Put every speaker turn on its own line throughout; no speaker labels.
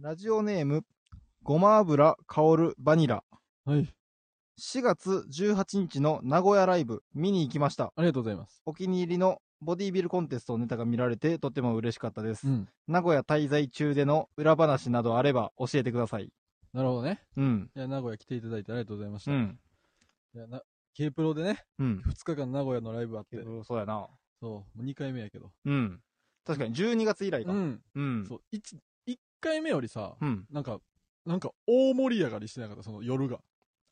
ラジオネーム、ごま油香るバニラ。
はい。
4月18日の名古屋ライブ、見に行きました。
ありがとうございます。
お気に入りのボディビルコンテストのネタが見られて、とても嬉しかったです。
ん。
名古屋滞在中での裏話などあれば教えてください。
なるほどね。
うん。
いや、名古屋来ていただいてありがとうございまし
う
た。
ん。
いや、な、K プロでね、
うん。
2日間名古屋のライブあって、
そうやな。
そう、もう2回目やけど。
うん。確かに12月以来か。
うん。
うん。
そう、1、1回目よりさ、
うん。
なんか、なんか大盛り上がりしてなかった、その夜が。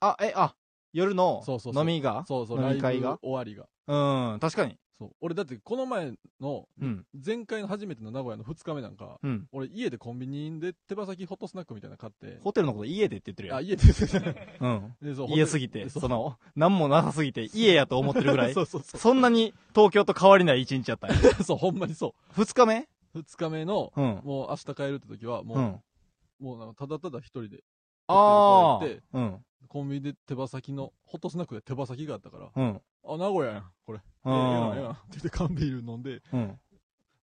あ、え、あ、夜の
そうそうそう
飲みが
そうそう、
飲
ライ
み
ブ
会
終
が
わりが。
うん、確かに。
そう。俺だってこの前の、
うん。
前回の初めての名古屋の2日目なんか、
うん。
俺家でコンビニで手羽先ホットスナックみたいなの買って、
ホテルのこと家でって言ってるや
あ、
ん。
家で ですね。
うん。
でそう
家すぎて、
そう
その、なんもなさすぎて、家やと思ってるぐらい
そ。うそうそ
そんなに東京と変わりない一日やったんや。
う。そう、ほんまにそ
二日目
う。2日目の、
うん。
もう明日帰るって時は、もう、
うん。
もうなんかただただ一人で、
ああ
ホテル帰っ。
うん。
コンビニで手羽先の、ホットスナックで手羽先があったから、
うん。
あ、名古屋やん、これ。
う
ええやんええやん
ん。
って言って缶ビール飲んで、
うん。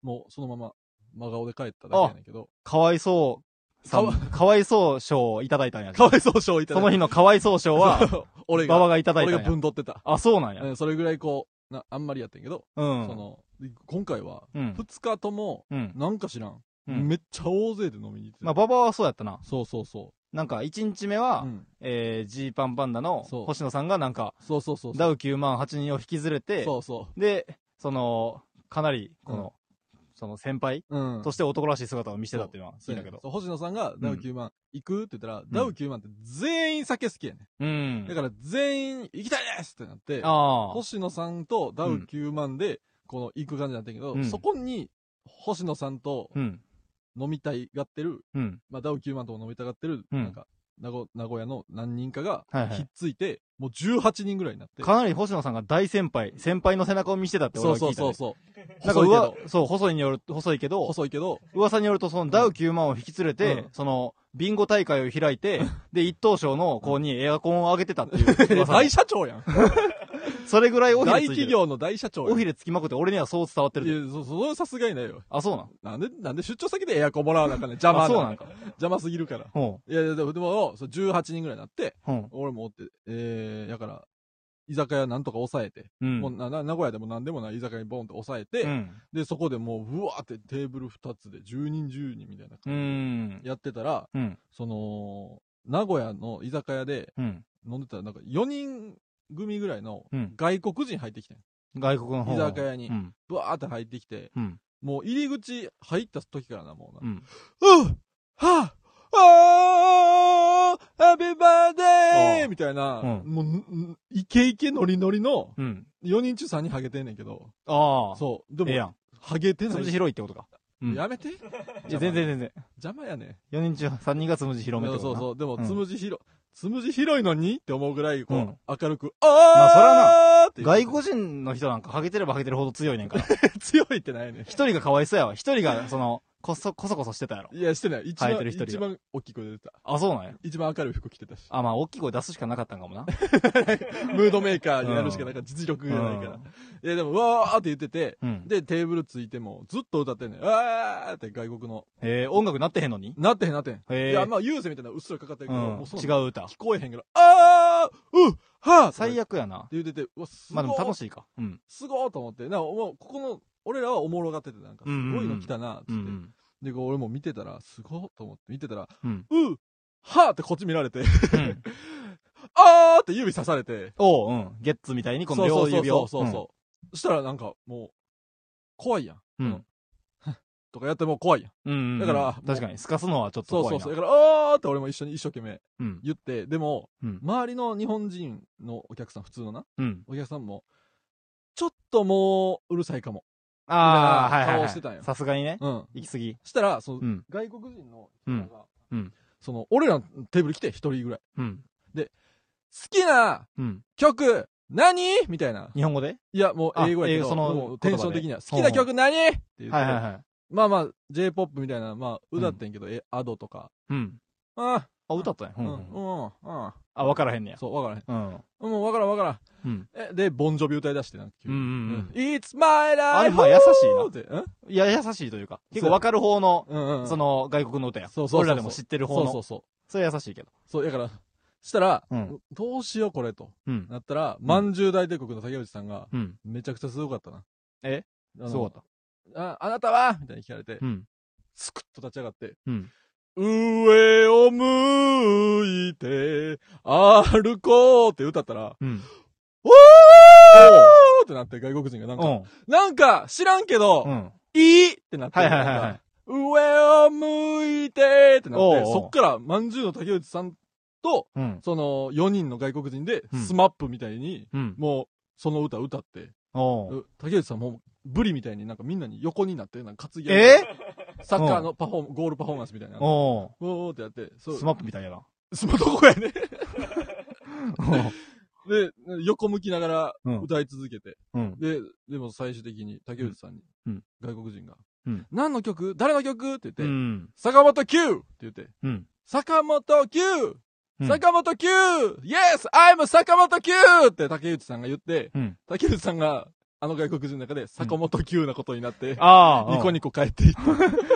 もうそのまま真顔で帰っただけやねんけど、
かわいそうさん
かわ
かわいそう賞をいただいたんや。
かわいそう賞いただ
そ
い
の
た。
日のかわいそう賞は、
俺
馬場
が、
がいただい
俺
た
が
んや。
分取ってた。
あ、そうなんや。
うんそれぐらいこう、なあんまりやってんけど、
う
そ
ん。
の、で今回は、
うん。
2日とも、
うん。
なんか知らん,、
うん
めっちゃ大勢で飲みに行ってた。
まあ、馬場はそうやったな。
そうそうそ
なんか、1日目
う。
は
う、ん。
えー、ジーパンパンダの
そう
星野さんがなんか、
そうそうそうそう。
ダウ9万8人を引きずれて、
そうそ
で、その、かなり、この、その先輩
う。うん。
として男らしい姿を見せたっていうのは
そ
聞
う
い
や
たけ
ね
ど。
そう星野さんがダウ9万行くって言ったら、ダウ9万って全員酒好きやね、。
うん
だ
ん。
から全員行きたいですってなって、
ああ。
星野さんとダウ9万で、この行く感じになったんやけど、
うん
そこに、星野さんと
うん。
飲みたいがってる、
うん。
まあ、ダウ9万とも飲みたがってる、
うん
なんか、名古名古屋の何人かが、
はいはい
ひっついて、もう18人ぐらいになって。
かなり星野さんが大先輩、先輩の背中を見せたって俺
そ
は
うそ
聞い
う
た、
そう
ね。
そ
な
う。
ん
細
か
いうけ
わ
ど、、
そう、細いによる、細いけど、
細いけど、
噂によると、そのダウ9万を引き連れて、
うん
その、ビンゴ大会を開いて、で、一等賞の子にエアコンをあげてた ってい う噂。
大社長やん。
それぐらい尾ひれつ
大
いて
企
る。
業の大社長や
尾
ん。
ひ
い
れつきまくって俺にはそう伝わってる。
や、そ、それはさすがにないよ。
あ、そうなん。
なんで、なんで出張先でエアコンもらわなあかんねん邪魔
あ、そうなんか。
邪魔すぎるから。
ほ
いやいや、でも、でもそう18人ぐらいになって、
う。ほ
俺もおって、えー、やから、居酒屋なんとか抑えて、
う。うん。
もうなな名古屋でもなんでもない居酒屋にボンって抑えて、
うん。
で、そこでもう、うわーってテーブル2つで10人10人みたいな
う
感
ん
じ。でやってたら、
うん。
その、名古屋の居酒屋で
うん。
飲んでたら、なんか4人組ぐらいの
うん。
外国人入ってきてん。
外国の方
居酒屋に
うん。
ブワーって入ってきて、
うん。
もう入り口入った時からな、もうな。
うん。
うんはああーハッピーバーデ
あ
ーみたいな、
うん
もう、んんイケイケノリノリの、
うん。
4人中3人ハゲてんねんけど、
ああ。
そう、で
ええや
も、
ん。
ハゲて
つ
な
む
い
じ。広いってことか。うん。
やめて
いや全然全然。
邪魔やね
4人中3人がつむじ
そ
広めって
う
こと
そう
かな。
そう、でも、
うん
つむじ広、つむじ広いのにって思うぐらい、こう、
うん
明るく、
あそ
あーって言って
外国人の人なんかハゲてればハゲてるほど強いね んから。
強いってないね
一人がかわいそうやわ。一人が、その、こそ、こそこそしてたやろ。
ん。いや、してない。一
生え
番
て、る一人が
一番大きい声で出てた。
あ、そうなんや。
一番明るい服着てたし。
あ、まあ、大きい声出すしかなかったんかもな。
ムードメーカーになるしかないから、実力がないから。いや、でも、うわーって言ってて、
うん。
で、テーブルついても、ずっと歌ってんねん。あーって外国の。
えー、音楽なってへんのに
なってへんなってへん。
へー
いや、まあ、ユーセみたいなのうっすらかかってる
う
けど、
ん
もう。そん
違
な
う歌
聞。こえへんけど、あーうっはー
最
悪。
悪
って
やな。
言ってて、うわ、す
ま
ご
あ
ー、
でも楽しいか。うん。
すごーと思って、なんか、もう、ここの、俺らはおもろがってて、なんか、すごいの来たな、つって。
うん。
で、こう俺も見てたら、すごーと思って、見てたら、
うん。
うっはーってこっち見られて、
うん。
あーって指さされて、
おう、うん。ゲッツみたいにこの両指を。
そうそうそうそうそう。そしたらなんか、もう、怖いやん。
うん。う
うんん。とかやってもう怖いやん。
うんうんうん。
だから
確かに、すかすのはちょっと
そう
怖
そ
いうな。
そう。だから、あーって俺も一緒に一生懸命
うん。
言って、でも、
うん。
周りの日本人のお客さん、普通のな、
うん。
お客さんも、ちょっともう、うるさいかも。
ああ、
みた
はいいはい
な顔
はい。
してたんよ
さすがにね。
うん。
行き過ぎ。
したら、その、
うん。
外国人の人らが、
うんうん
その、俺らのテーブル来て、一人ぐらい。
うん。
好きな
うん。
曲、何みたいな。
日本語で
いや、もう英語やけ
あ英
ど、
語その
もうテンション的には、好き
ほ
な
うほう
曲何って言って、
はいはいはい。
まあまあ、J-POP みたいな、まあ、歌ってんけど、え、アドとか、
うん。
あ
あ、歌ったね。う
ー
ん
う、
うん。
うんん、うん、
あ、わからへんねや。
そう、わからへん。
うん。
もうわからんわからん。
うん。
え、で、ボンジョビ歌い出してな、
う
急
んう
に
ん
It's my life!
あれまあ優しいな
ってうん
うん。いや、優しいというか、結構わかる方の、
うんうんうん。
その外国の歌や。
そうそうそうそう
俺らでも知ってる方の。
そうそう
それ優しいけど。
そう。そう、だから、したら、
うん
どうしようこれと。
うん。
なったら、まんじゅう大帝国の竹内さんが、
うん。
めちゃくちゃすごかったな。
え
あの
すごかっ
あ、あなたはみたいに聞かれて
た。、うん。
スクッと立ち上がって、
うん。
上を向いて、歩こうって歌ったら、
うん。
おーおーってなって外国人がなん
う
か、
ん。
なんか知らんけど、
うん。
いいってなって、
はいはいはいはい
なんか上を向いてってな
おう
っ
お
て、
う
そっから、まんじゅうの竹内さんと、
うん。
その4人の外国人で
うん、
スマップみたいに、
うん。
もう、その歌歌って、
おう
う竹内さんも、ブリみたいになんかみんなに横になって、なんか担ぎ上げ
え
て、サッカーのパフォーム、ゴールパフォーマンスみたいな。お
お
おーってやって、そうう
ス、マップみたいやな。
スマどこや ね。
う
で、横向きながら
うん
歌い続けて、
ん。
で、でも最終的に竹内さんに、
うん
外国人が、
うん
何の曲誰の曲って言って、
うん。
坂本九って言って、
うん。
坂本九
うん
坂本九 !Yes! I'm 坂本九って竹内さんが言って、
うん。
竹内さんがあの外国人の中で坂本九なことになって、
ああ。
ニコ
ニ
ニコ帰っていっ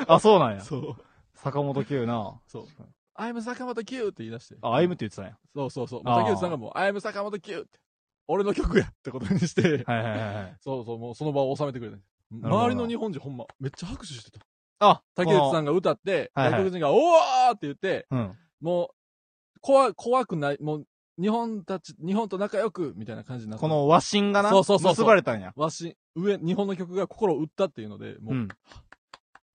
あ、そうなん
た。
や。
そう。
坂本九な。
そう。I'm 坂本九って言い出して。
あ、アイムって言ってたんや。
そうそうそう。
あー
竹内さんがもう、I'm 坂本九って。俺の曲やってことにして、
はいはいはいはい。
そうそう、もうその場を収めてくれた。
るほど
周りの日本人ほんま、めっちゃ拍手してた。
あ、
竹内さ
ん。
んが歌って、
はいはい
外国人が、おーって言って、
うん。
もう、怖い、怖くない、もう、日本たち、日本と仲良く、みたいな感じになって。
こ、の和親がな。
そうそうそうそう
結ばれたんや。
わし、上、日本の曲が心を打ったっていうので、も
う
う、
ん。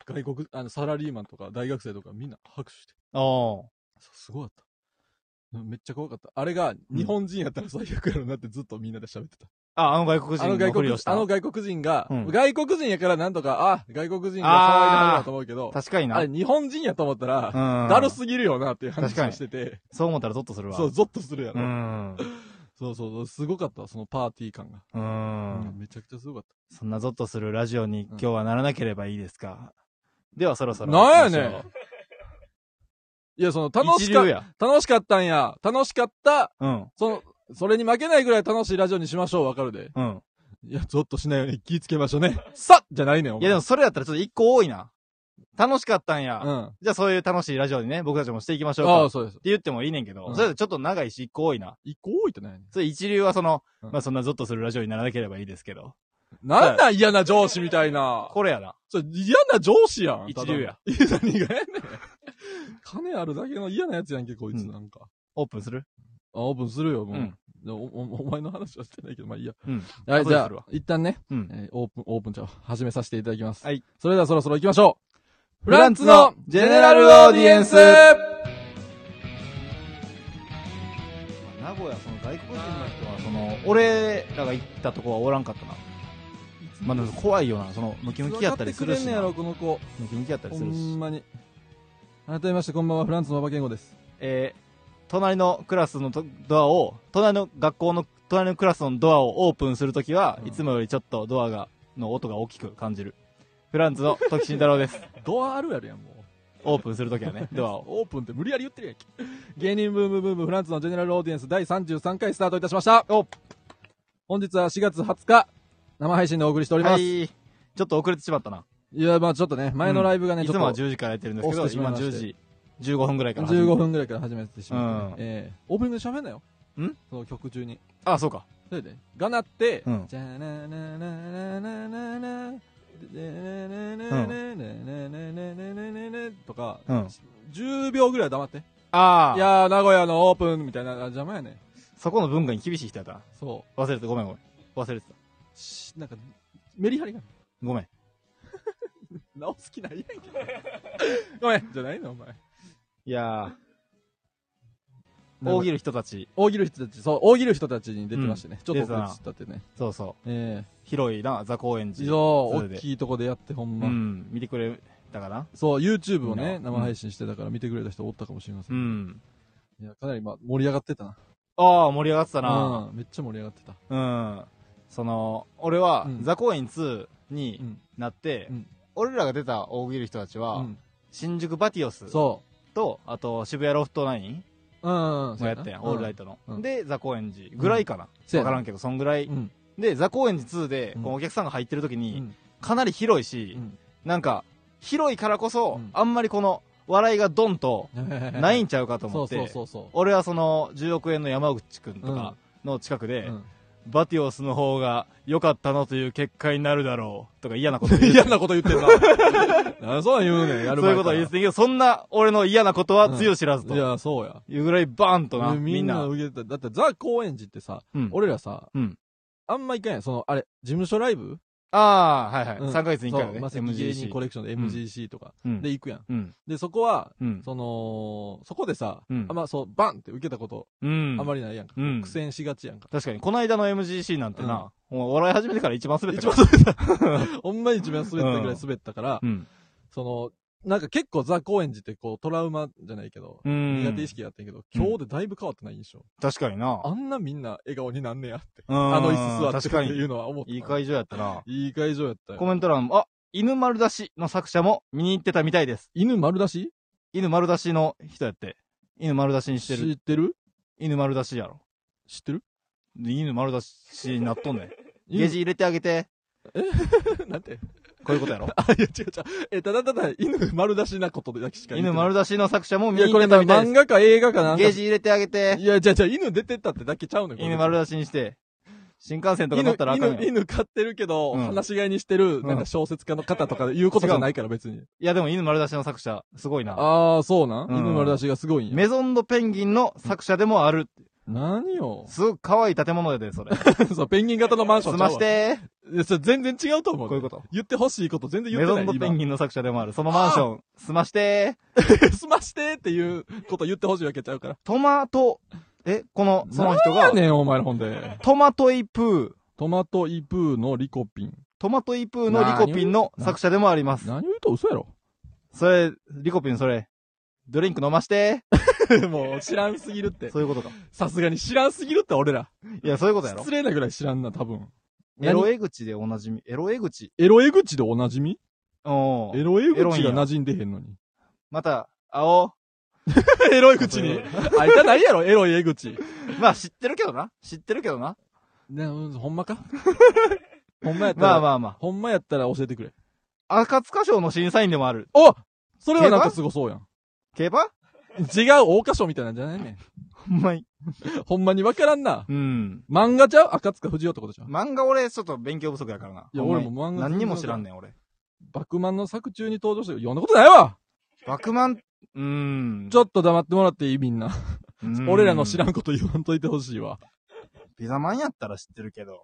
外国、あの、サラリーマンとか大学生とかみんな拍手して。
おう
そうすごかった。めっちゃ怖かった。あれが、日本人やったら最悪やろうなってずっとみんなで喋ってた。
あ、あの外国
あの
人の
外
ふり
国
をし
人、
た。
あの外国人が、
うん
外国人やからなんとか、あ、外国人が可愛いなるなと思うけど、
確かにな。
あ
う
れ日本人やと思ったら、
ん。
だるすぎるよなっていう話
確か
を
に
してて、
そう思ったらゾッとするわ。
そう、ゾッとするや
う
ろ。
ん。
そうそうそう、すごかったわ、そのパーティー感が。
う
うんん。めちゃくちゃすごかっ
そんなゾッとするラジオに今日はならなければいいですか。ではそろそ
た。
ろ。
なんやねん。いや、その、楽
一
しか
流、や。
楽しかったんや。楽しかった、
うん。
その、それに負けないぐらい楽しいラジオにしましょう、わかるで。
うん。
いや、ゾッとしないように気ぃつけましょう ね。さっじゃないねん、お
い
前
やでも、それだったらちょっと一個多いな。楽しかったんや。
うん。あ
じゃあそういう楽しいラジオにね、僕たちもしていきましょうか。
あ、
って
そうです。
言ってもいいねんけど、
うん
それだとちょっと長いし一個多いな。
一個多いってないねん。
それ一流はその、
うん
まあそんなゾッとするラジオにならなければいいですけど。
なんなん嫌な上司みたいな。
これやな。
それ嫌な上司やん。
一流や
ただ の。いや、何がやねん。金あるだけの嫌なやつやんけ、こいつ
うん
なんか。
オープンする
あ、オープンするよ、
う
もう。
ん。
でもお おお前の話はしてないけど、まあいいや。
うん。
はい、
後
じ
で
ゃ
するわ
あ、一旦ね、
うん。
えーオープン、オープンじゃあ始めさせていただきます。
はい。
それではそろそろ行きましょう。
フ
フ
ラ
ラ
ン
ン
ツ
ツ
の
の
ジ
ジ
ェ
ェ
ネ
ネ
ラ
ラ
ル
ル
オ
オ
ー
ー
デ
デ
ィ
ィ
エ
エ
ン
ン
ス
ス
名古屋、その外国人の人は、その、俺らが行ったとこはおらんかったな。まあでも怖いよな。その、ムキムキやったりするし
いつ分かってくれんねや
な。
ろ、
ム
この子。
キムキやったり
ほ
するし
ん。まに。改めまして、こんばんは、フランツの馬場健吾です。
えー隣のクラスのとドアを、隣の学校の、隣のクラスのドアをオープンするときは、
うん
いつもよりちょっとドアが、の音が大きく感じる。フランツの時慎太郎 です。
ドアあるやるやん、もう。
オープンするときは ね、ドアを。
オープンって無理やり言ってるやんけ。芸人ブームブームフランスのジェネラルオーディエンス第33回スタートいたしました。
お
本日は4月20日、生配信でお送りしておりま
は
す。い、
い。ちょっと遅れてしまったな。
や、まあちょっとね、前のライブがね、
い
ちょ
つ
っ
もは
と
10時からやってるんですけど、
押してしま
今
いまして
10時15分ぐらいから始めて。
15分ぐらいから始めてしまっ
う
て、ねえーオープニングで喋んなよ。
ん
その曲中に。
あ、そうか。
それで、がなって、
うん
じゃなななななななでなななななななななななとか、
うん
10秒ぐらい黙って。
ああ。
いやー、名古屋のオープンみたいな、あ邪魔やね。
そこの文化に厳しい人やったな。
そう。
忘れてた、ごめんごめん。忘れてた。
しなんか、メリハリが。
ごめん。
直す気ないやんけ。ごめん、じゃないの、お前。
いやー、大喜利人たち、
大喜利人たち、そう、大喜利人たちに出てましたね。ちょっと遅れてたってね。
そうそう。
ええ
広いな、座高円
非
寺。
常
それ
大
で
きいとこでやって、ほんま。
うん、見てくれたかな
そう、YouTube をね、
みんな
生配信してたから見てくれた人おったかもしれませ。
うんん。
いや、かなりまあ盛り上がってたな。
ああ、盛り上がってたな。
うん、めっちゃ盛り上がってた。
うん。その、俺は
う、ん
座高円2
う
に
ん。
なって
うん、
俺らが出た大喜利人たち
う
は、
ん
新宿バティオス
そ
と、あと渋谷ロフトナイン
う。うんうん
もやったやん、オールライ
ト
トの。
うん
で、ザ高円寺ぐらいかな。
そう
わ
やな
からんけど、そんぐらい。
うん
で、ザ高円寺2で、
うん
このお客さんが入ってる時
う
に、
ん
かなり広いし
う、ん
なんか、広いからこそ、
うん
あんまりこの、笑いがドンと、ないんちゃうかと
そ
思
う
って、
そうそうそ
俺はその、10億円の山口くんとかの近く
う
で、
うん
バティオスの方が良かったのという結果になるだろう、とか嫌なこと言う
嫌なこと言ってんな。なんでそんなん言うねん、や る
そうい
前
うこ
から
とは言ってんけど、そんな俺の嫌なことは強知らずと。
いや、そうや。
いうぐらいバーンとな、
み
み
ん
ん
な
な。
受けてた。だってザ・高円寺ってさ、
うん
俺らさ、
うん
あんま行かんやん。その、あれ、事務所ライブ
ああ、はいはい。
うん
3ヶ月に1回
そう
ね。
まさに芸人
MGC
コレクションで MGC とか。
うん
で、行くやん。
うん。
で、そこは、
うん。
その、そこでさ、
うん
あんまそう、バンって受けたこと、
うん。
あんま
り。
りないやんか。
うん
苦戦しがちや んか。
確かに、この間の MGC なんてな、もう笑い始めてから一番滑った
一
から。
番滑った。ほんまに一番滑ったぐらい滑ったから、
うん。
その、なんか結構ザ・高円寺ってこう、トラウマじゃないけど、
うん。
苦手意識やってんけど、今日でだいぶ変わってない印象。
確かにな。
あんなみんな笑顔になんねやって。
うん
あの椅子座っ
確
てって
か
い う
に。
のは思った。
いい会場やったな。
いい会場やったよ。
コメント欄も、あ、犬丸出しの作者も見に行ってたみたいです。
犬丸出し
犬丸出しの人やって。犬丸出しにし
知
てる。
ってる
犬丸出しやろ。
知ってる
で犬丸出しになっとんねん。ゲジ入れてあげて。
犬なんて。
こういうことやろ。
あ、いや違う違う。え、ただただ犬丸出しなことだけしか言っ
犬
てない
丸出しの作者も
い
見
や、
に行
こ
っ
れ
て
な
たみたいで
漫画か映画かなん
す。
か。
ゲージ入れてあげて。
いや、じゃじゃ犬出てったってだけちゃうのよ。これ
犬丸出しにして。新幹線とか乗
犬
ったらあかんやん。
犬、
い
犬飼ってるけど、
うん
話し飼いにしてる、
ん
なんか小説家の方とかいうことじゃないから別に。
やでも犬丸出しの作者、すごいな。
ああ、そうなん、
うん
犬丸出しがすごいんや。
メゾンドペンギンの作者でもある。
何よ
すごく可愛い建物やで、それ。
そう、ペンギン型のマンション
済
ちゃう
ま
わ
して。
いや、それ全然違うと思う。
こういうこと。
言ってほしいこと全然言
メ
って
ゾ
ない。
ンドペンギンの作者でもある。その
あー
マンション、済まして。
今済ましてっていうこと言ってほしいわけちゃうから。
トマト、え、この、その人
なん
が
や、ねん、お前らほんで。
トマトイプー、
トマトイプーのリコピン。
トマトイプーのリコピンの作者でもあります。
何を言うと嘘や ろ。
それ、リコピンそれ、ドリンク飲まして。
もう知らんすぎるって。
そういうことか。
さすがに知らんすぎるって俺ら。
いや、そういうことやろ
失。礼なぐらい知らんな、多分。
エロ江口でおなじみ。エロ江口。
エロエグチでおなじみ
お
エロエ
エ
グ
ロい
チ
ん
が
や
馴染んでへんのに。
また、青。
エロエグチに。 あいたないやろ、エロエグチ。
まあ知ってるけどな。知ってるけどな。
ね、うんほんま かほんまやったら、
まあまあま
ほんまやったら教えてくれ。
あ。赤塚賞の審査員でもある。
おそれはなんかすごそうやん。
競馬
違う、大歌賞みたいなんじゃないねん。
ほんまに。
ほんまにわからんな。
うん。
漫画ちゃう赤塚不二夫ってことじゃん。
漫画俺、ちょっと勉強不足やからな。
いや
ほんまに
俺も漫画
何にも知らんねん、俺。
爆満の作中に登場してる。読んだことないわ
バクマン、うーん。
ちょっと黙ってもらっていいみんな。
うん
俺らの知らんこと言わんといてほしいわ。
ピザマンやったら知ってるけど。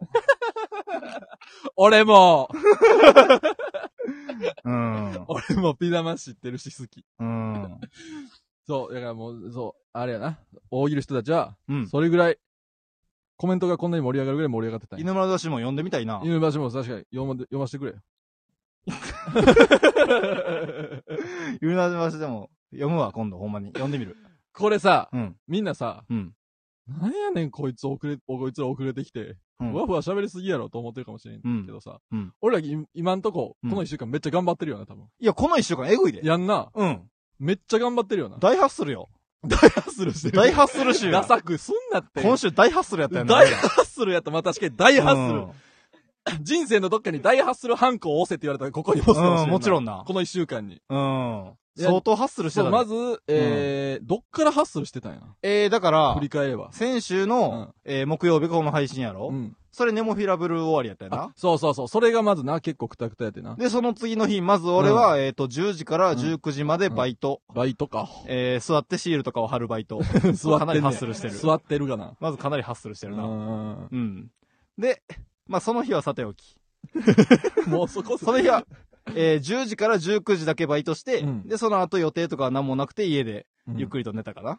俺も、
うん。
俺もピザマン知ってるし好き。
うん。
そう、だからもう、そう、あれやな。大喜利人たちは、
うん。
それぐらい、コメントがこんなに盛り上がるぐらい盛り上がってたんや。
犬村同士も呼んでみたい な。
犬橋も確かに読ま読ませてくれよ。
犬村同士でも読むわ、今度、ほんまに。呼んでみる。
これさ、
うん。
みんなさ、
うん。
なんやねんこいつ遅れ、こいつら遅れてきて、
うん
ふわふわ喋りすぎやろと思ってるかもしれんけどさ、
うんうん
俺らい今んとこ、
うん
この一週間めっちゃ頑張ってるよな、多分。
いや、この一週間、えぐいで。
やんな。
うん。
めっちゃ頑張ってるよな。
大ハッスルよ。
大ハッスルしてる。
大ハッスル週や
ダサくすんなって。
今週大ハッスルやったよね。
大ハッスルやった。まあ、確かに大ハッスル。
うん
人生のどっかに大ハッスルハンコを押せって言われたらここに押すかもしれ
うん
ない。
もちろんな
この一週間に。
うん。
いや
相当ハッスルして
そ
た
う、
ね。
まず、えー、どっからハッスルしてたんやな。
えー、だから
振、り返れば。
先週の、えー木曜日この配信やろ、
うん。
それネモフィラブル終わりやったよ
あ
な。
そうそうそう。それがまずな、結構くたくたやってな。
で、その次の日、まず俺は、えっ、と、10時から19時までバイト。
バイトか。
えー、座ってシールとかを貼るバイト。
座
かな
って
り
る。
ハッスルしてる。
座ってるがな。
まずかなりハッスルして
う
るな。
ん
うん。で、まあ、その日はさておき。
もう そこ、
その日は、えー、10時から19時だけバイトして、
うん
で、その後予定とかは何もなくて家でゆっくりと寝たかな。
り。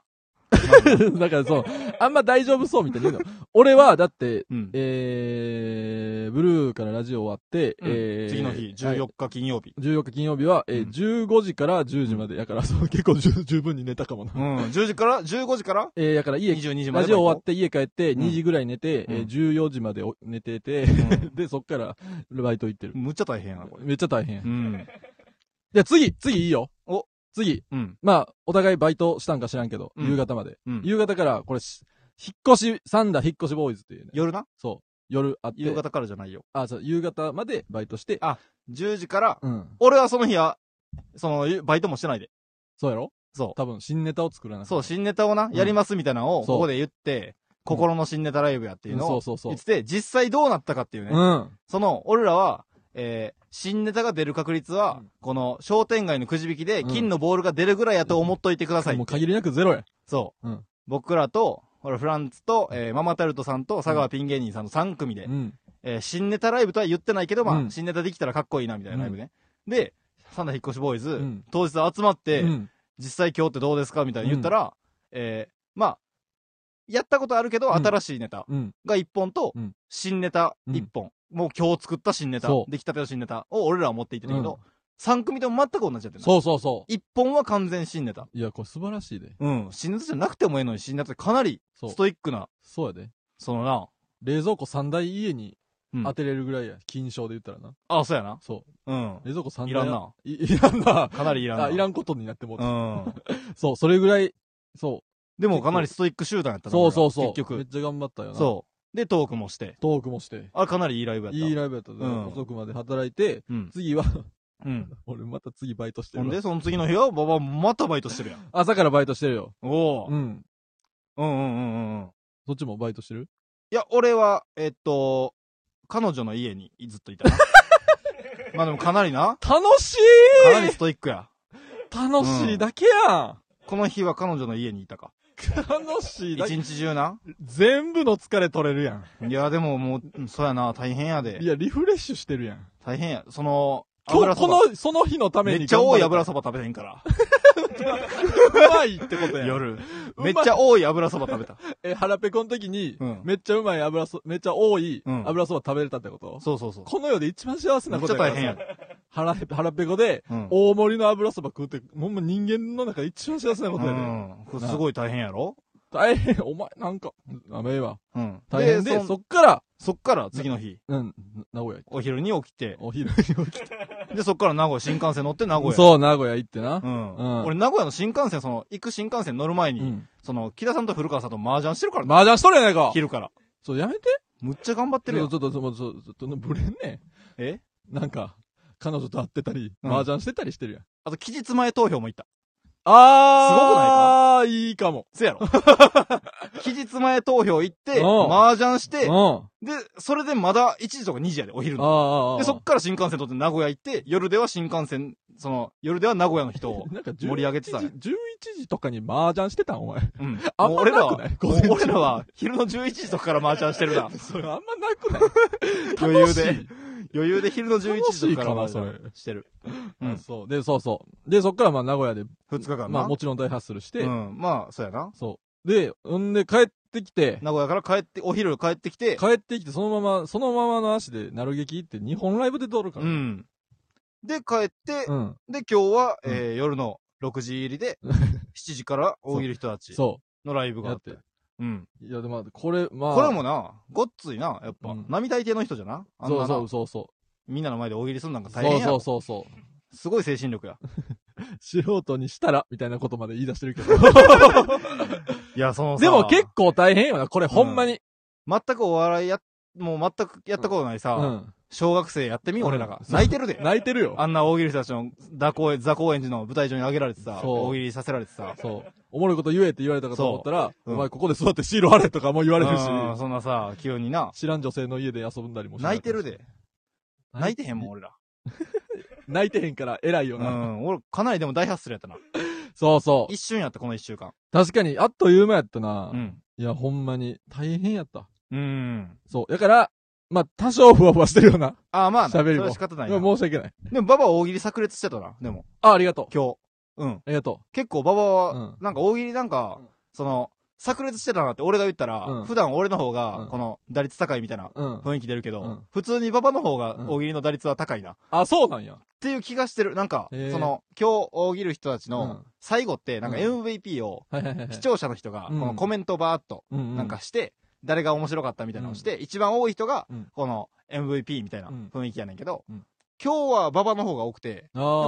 だからそう、あんま大丈夫そうみたいな言うの。俺は、だって、
うん。
えー、ブルーからラジオ終わって、
うん
えー、
次の日、14日金曜日。
14日金曜日は、えー
うん
15時から10時まで。やから、そう、結構じゅ十分に寝たかもな。
うん。10時から、15時から
えー、やから家、
22時ま
ラ
でバイト。
ジオ終わって家帰って、
うん
2時ぐらい寝て、え
う
ー、
ん
14時までお寝てて、 で、そっから、バイト行ってる。
むっちゃ大変やな、これ。
めっちゃ大変。
うん。
じゃあ次、次いいよ。
お
次。
うん。
まあ、お互いバイトしたんか知らんけど、
うん
夕方まで。
うん
夕方から、これし、引っ越し、サンダ引っ越しボーイズっていうね。
夜な
そう。夜あって。
夕方からじゃないよ。
あ、そう、夕方までバイトして。
あ10時から、
うん。
俺はその日は、その、バイトもしてないで。
そうやろ
そ
多分、新ネタを作らな
う。
く
そう、新ネタをな、やりますみたいなのを、
そう
ここで言って、
うん
心の新ネタライブやっていうの
そ
を
う、そうそう
言っ。てて、実際どうなったかっていうね。
うん。
その、俺らは、えー新ネタが出る確率は、
うん
この、商店街のくじ引きで、
うん
金のボールが出るぐらいやと思っといてください。
もう限りなくゼロや。
そう。
うん
僕らと、俺フランツと、えーママタルトさんと、佐川ピン芸人さんの3組で、
うん。
えー新ネタライブとは言ってないけど、まあ、
うん
新ネタできたらかっこいいな、みたいなライブね。で、サンダ引っ越しボーイズ、
ん
当日集まって、
うん。
実際今日ってどうですかみたいに言ったら、えーまあ、やったことあるけど、
うん
新しいネタ
うん。
が1本と、
うん
新ネタ1本、もう今日作った新ネタ
そ、う
出来たての新ネタを俺らは持っていってるけど、
うん
3組とも全く同じやってる
そうそうそ
1本は完全新ネタ。
う。いや、これ素晴らしいで。
うん。新ネタじゃなくてもええのに、新ネタってかなり
そう
ス。トイックな、
そうやで。
そのな、
冷蔵庫3台家に
うん
当てれるぐらいや。金賞で言ったらな。
あ、そうやな。
そ
うん
う。。冷蔵庫3台。
いらんな。
いいらんな。
かなりいらんな。
あ、いらんことになってもうた
うん。
そう、それぐらい、そ
でもかなりストイック集団やっ
う。
たな
そうそうそう。
結
め
局。
っちゃ頑張ったよな。
そう。で、トークもして。
トークもして。
あ、かなりいいライブやった。
いいライブやったで。
うん
遅くまで働いて、
うん。
次は、
うん。
俺また次バイトして
ほん
るわ
で、。その次の日は、ばば、またバイトしてるやん。
朝からバイトしてるよ。
おお、う、
うんん。
うんうんうんうん。
そっちもバイトしてる
いや、俺は、えっと、彼女の家にずっとい たな。まあでもかなりな。
楽し
かなり
い
ストイックや。
楽しいだけや
この日は彼女の家にいたか。
ん。楽しい
一
だけ。
日中な。
全部の疲れ取れるやん。
いや、でももううん、そうやな、大変やで
い。や、リフレッシュしてるやん。
大変や。その、
今
油
日、
そ
こ
ば。
の、その日のために。
めっちゃ多い油そ
そ
ば食べへんから。
ば。うまいってことやん。
夜。
ま
め
い
っちゃ多い油そば食べた。
え、腹ペコの時に、
うん
めっちゃうまい油そ、めっちゃ多い
うん
油そば食べれたってこと、
そうそうそう。
この世で一番幸せ
め
な
っ
こ
ちゃ
と
大変や
からさ。腹、腹ペコで、
うん。
大盛りの油そば食うって、ほんま人間の中で一番幸せなことやで。
うん。これすごい大変やろ
大変、お前、なんか、ダメえわ。
うん。
大変
で
で、
そん
そっから、
そっから次の日、
うん、名古屋行って、
お昼に起きて、
お昼に起きて。
で、そっから名古屋、新幹線乗って名古屋。
そう、名古屋行ってな
う。ん。
うん
俺、名古屋の新幹線、その、行く新幹線乗る前
う
に、
ん。
その、木田さんと古川さんと麻雀してるからな、
麻雀しとるやないか。
昼から。
そう、やめて。
むっちゃ頑張って
ち
る
ょ
よ
っ。と、ちょっと、もうちょっと、ぶれんね
え
ん。なんか、彼女と会ってたり、
うん
麻雀してたりしてるやん。
あと、期日前投票も行った。
あー、すごくないかいいかも。
せやろ。 期日前投票行って、
うん
麻雀し
うん。
て、
あ
で、それでまだ1時とか2時やで、お昼
ー
の。
あー、あー。
で、そっから新幹線取って名古屋行って、夜では新幹線、その、夜では名古屋の人を
なんか11時
盛り上げてたね
11時とかに麻雀してたん、お前。
うん。
あん
もう
ま
俺ら
なく
は
ない、
もう
午前中
俺らは、昼の11時とかから麻雀してるな。
それあんまなくない
余裕
楽し
で
い。
余裕で昼の11時とかから
楽しいかな
麻雀してる。う
うん
ん。
そう。で、そうそう。で、そっからまあ名古屋で、
2日間な。
まあもちろん大ハッスルして
う、ん。まあ、そうやな。
そう。で、ほんで帰ってきて、
名古屋から帰って、お昼帰ってきて、
帰ってきて、そのまま、そのままの足で、なる劇行って、日本ライブで撮るか
う
ら。ん。
ん。で、帰って、
うん。
で、今日は、
うん
えー夜の6時入り で、7時から大喜利人たち
そ
のライブ
う。
があ
や
っ
ってて。。
うん。
いや、でも、これ、まあ。
これもな、ごっついな、やっぱ
うん。
並大抵の人じゃな。あん
そう
な
そ
な
うそうそ
みんなの前で大喜利するなんか
う。
大変や
そ
ろ
う。そうそうそう。
すごい精神力や。
素人にしたら、みたいなことまで言い出してるけ ど。
いや、その
でも結構大変よな、これ、ほんまに。
全くお笑いや、もう全くやったことないうさ、
ん。
小学生やってみ、
うん
俺らが。
そう
泣いてるで。
泣いてるよ。
あんな大喜利人たちの、座高円、座高円寺の舞台上に上げられてさ、
そう
大喜利させられてさ。
そう。おもろいこと言えって言われたかと思ったら、
そううん
お前ここで座ってシール貼れとかも言われる
うん
し、
そんなさ、急にな。
知らん女性の家で遊んだりもしな
泣いてる
で。
で。泣いてへんもん、俺ら。
泣いてへんから偉いよ
う
な。
ん。俺、かなりでも大発するやったな。
そうそう。
一瞬やった、この一週間。
確かに、あっという間やったな。
うん。
いや、ほんまに、大変やった。
うん。
そう。だから、まあ、多少ふわふわしてるような。
ああ、まあな、そ
喋
れ
りも
は仕方ない
ま
な。
あ申し訳ない。
でも、ババは大喜利炸裂してたな、でも、
あ、ありがとう。
今日。うん。
ありがと
結構、ババ
うん
は、なんか大喜利なんか
うん、
その、炸裂してたなって俺が言った
う
ら
ん、
普段俺の方
う
が
ん、
この、打率高いみたいな
う。うん。
雰囲気出るけ
う
ど
ん、
普通にババの方が
うん
大喜利の打率は高いな。っ
あ、そうなんや。
ていう気がしてる。なんか、
へー
その、今日大喜利人たち
う
の
ん、
最後って、なんか
うん
MVP を、
はいはいはいはい。
視聴者の人が、こ
うん
のコメントバーっと、
うんう
なんか、して、誰が面白かったみたいなのをして、一番多い人が
うん、
この MVP みたいな
うん
雰囲気やねんけど
うん、
今日は馬場の方が多くて、前
ああ。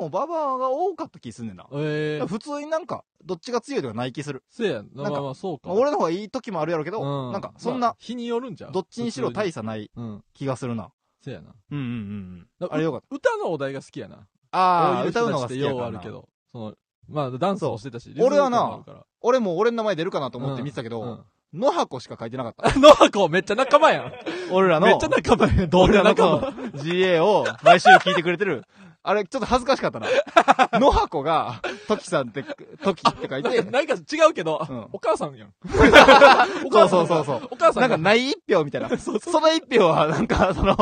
も馬場が多かった気すんねんな。
ええ
普通になんか、どっちが強いとかない気する。
せやん。
な
ま
ん
あ
か
まあ、そうか。
まあ俺の方がいい時もあるやろうけど、
うん
なんか、そん
ま
な
あ、日によるんじゃう
どっちにしろ大差ない
うん。
気がするな。
せやな。
うんうんうんう
だ
ん。あれよかった。
歌のお題が好きやな。
ああ、
こい
歌
人
うのが好
たちって
きやか
よう
ら
あ
な
るけど。その、まあ、ダンスもしてたし。
俺はな
リズム感もあるから、
俺も俺の名前出るかなと思って見てたけ
う
ど、
ん
野箱しか書いてなかった。
ノハコめっちゃ仲間やん。
俺らの、
めっちゃ仲間やん。どん
俺
な
らの
仲
こ
間
の GA を毎週聞いてくれてる。あれ、ちょっと恥ずかしかったな。 野箱が、トキさんって、トキって書いて、
なんか違うけど
うん、
お母さん やん。
そうそ
お母さん
うそうそう。
お母さ
なんん
が
かない一票み たいな。その一票は、なんか、その、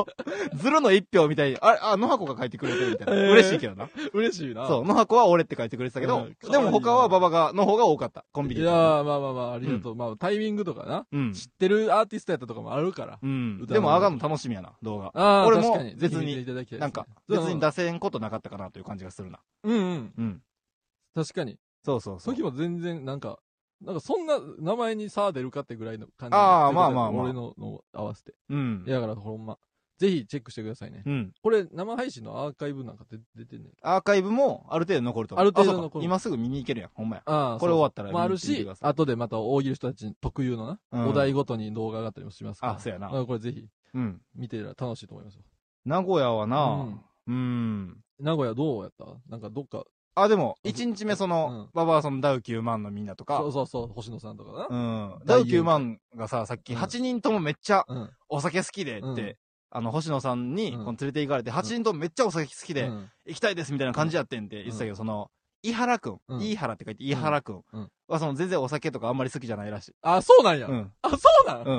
ズルの一票みたいに、あれ、あ、野箱が書いてくれてるみたいな。
えー
嬉しいけどな。
嬉しいな。
そう、野箱は俺って書いてくれてたけ
う
ど
ん、
でも他は
可
馬
愛いな
場が、の方が多かった。コンビ
い
ニ。
やー、まあまあまあ、ありがとう。まあ、タイミングとかな。
うん。
知ってるアーティストやったとかもあるから。
うん。でも、あがんの楽しみやな、動画。
ああ、
俺も
確かに。
別に
見ていただきたいですね
なんか、別に出せんことなかったかなという感じがするな。
うんうん。
うん。
確かに。
そうそう
そ
そう
の時。も全然、なんか、なんかそんな名前に差出るかってぐらいの感じ
ああまあまあまあ
俺のの合わせて。
うん
い。や、だからほんま、ぜひチェックしてくださいね。
うん。
これ、生配信のアーカイブなんか出出てんねん。
アーカイブも、ある程度残ると思う。
ある程度
そうか
残る
今すぐ見に行けるやん、ほんまや。
ああ、
これ終わったら
そうもある
見て
し
くだ、さい
後でまた大喜利の人たち特有のな、
うん
お題ごとに動画があったりもしますから。
あそうやな
だからこれぜひ、
うん。
見てたら楽しいと思いますよ。
名古屋は
う、
なんうん。
名古屋どうやったなんかどっか、
あ、でも、1日目その、
う
ババアそのダウ9万のみんなとか
そ、うそうそう、星野さんとかな。
うん。ダ
大
ウ
誘
9
拐
万がさ、さっき
うん
8人ともめっちゃ
うん。うん
お酒好きで
う
っ
ん
て、あの、星野さんに
うん
この連れて行かれて、8人ともめっちゃお酒好き
う
で、
ん
行きたいですみたいな感じやってんって言ってたけど、その、伊原くん
う、ん
飯原って書いて、伊原くん
うん
はその全然お酒とかあんまり好きじゃないらしい。
あ、そうなんや。
うん。
あ、そうなん、
う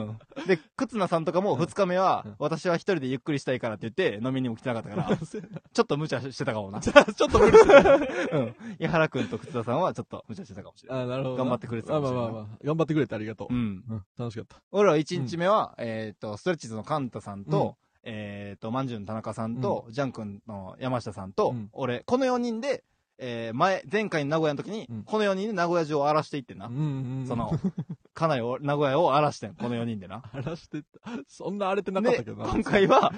ん。で、忽那さんとかも
うん
2日目は
うん、
私は一人でゆっくりしたいからって言って、飲みにも来てなかった から、
そうやな
ちょっと無茶してたかもな。
じゃあ、ちょっと無理してる。
うん。伊原くんと忽那さんはちょっと無茶してたかもしれない。
あ、なるほどな。
頑張ってくれてた
あ
か
ま
も
あ
しれん
ま
な
あまあ。頑張ってくれてありがと
う
う。
ん。
うん。楽しかった。
俺ら1日目は、えっ、と、ストレッチーズのカンタさんと、えっ、と、まんじゅうの田中さんと、ジャン君の山下さんと、
うん
俺、この4人で、えー前、前回の名古屋の時に、
うん
この4人で名古屋中を荒らしていってんな。
うんうんうん。
その、かなりお名古屋を荒らしてん、この4人でな。
荒らしてた。そんな荒れてなかった
で、
けどな。
今回は、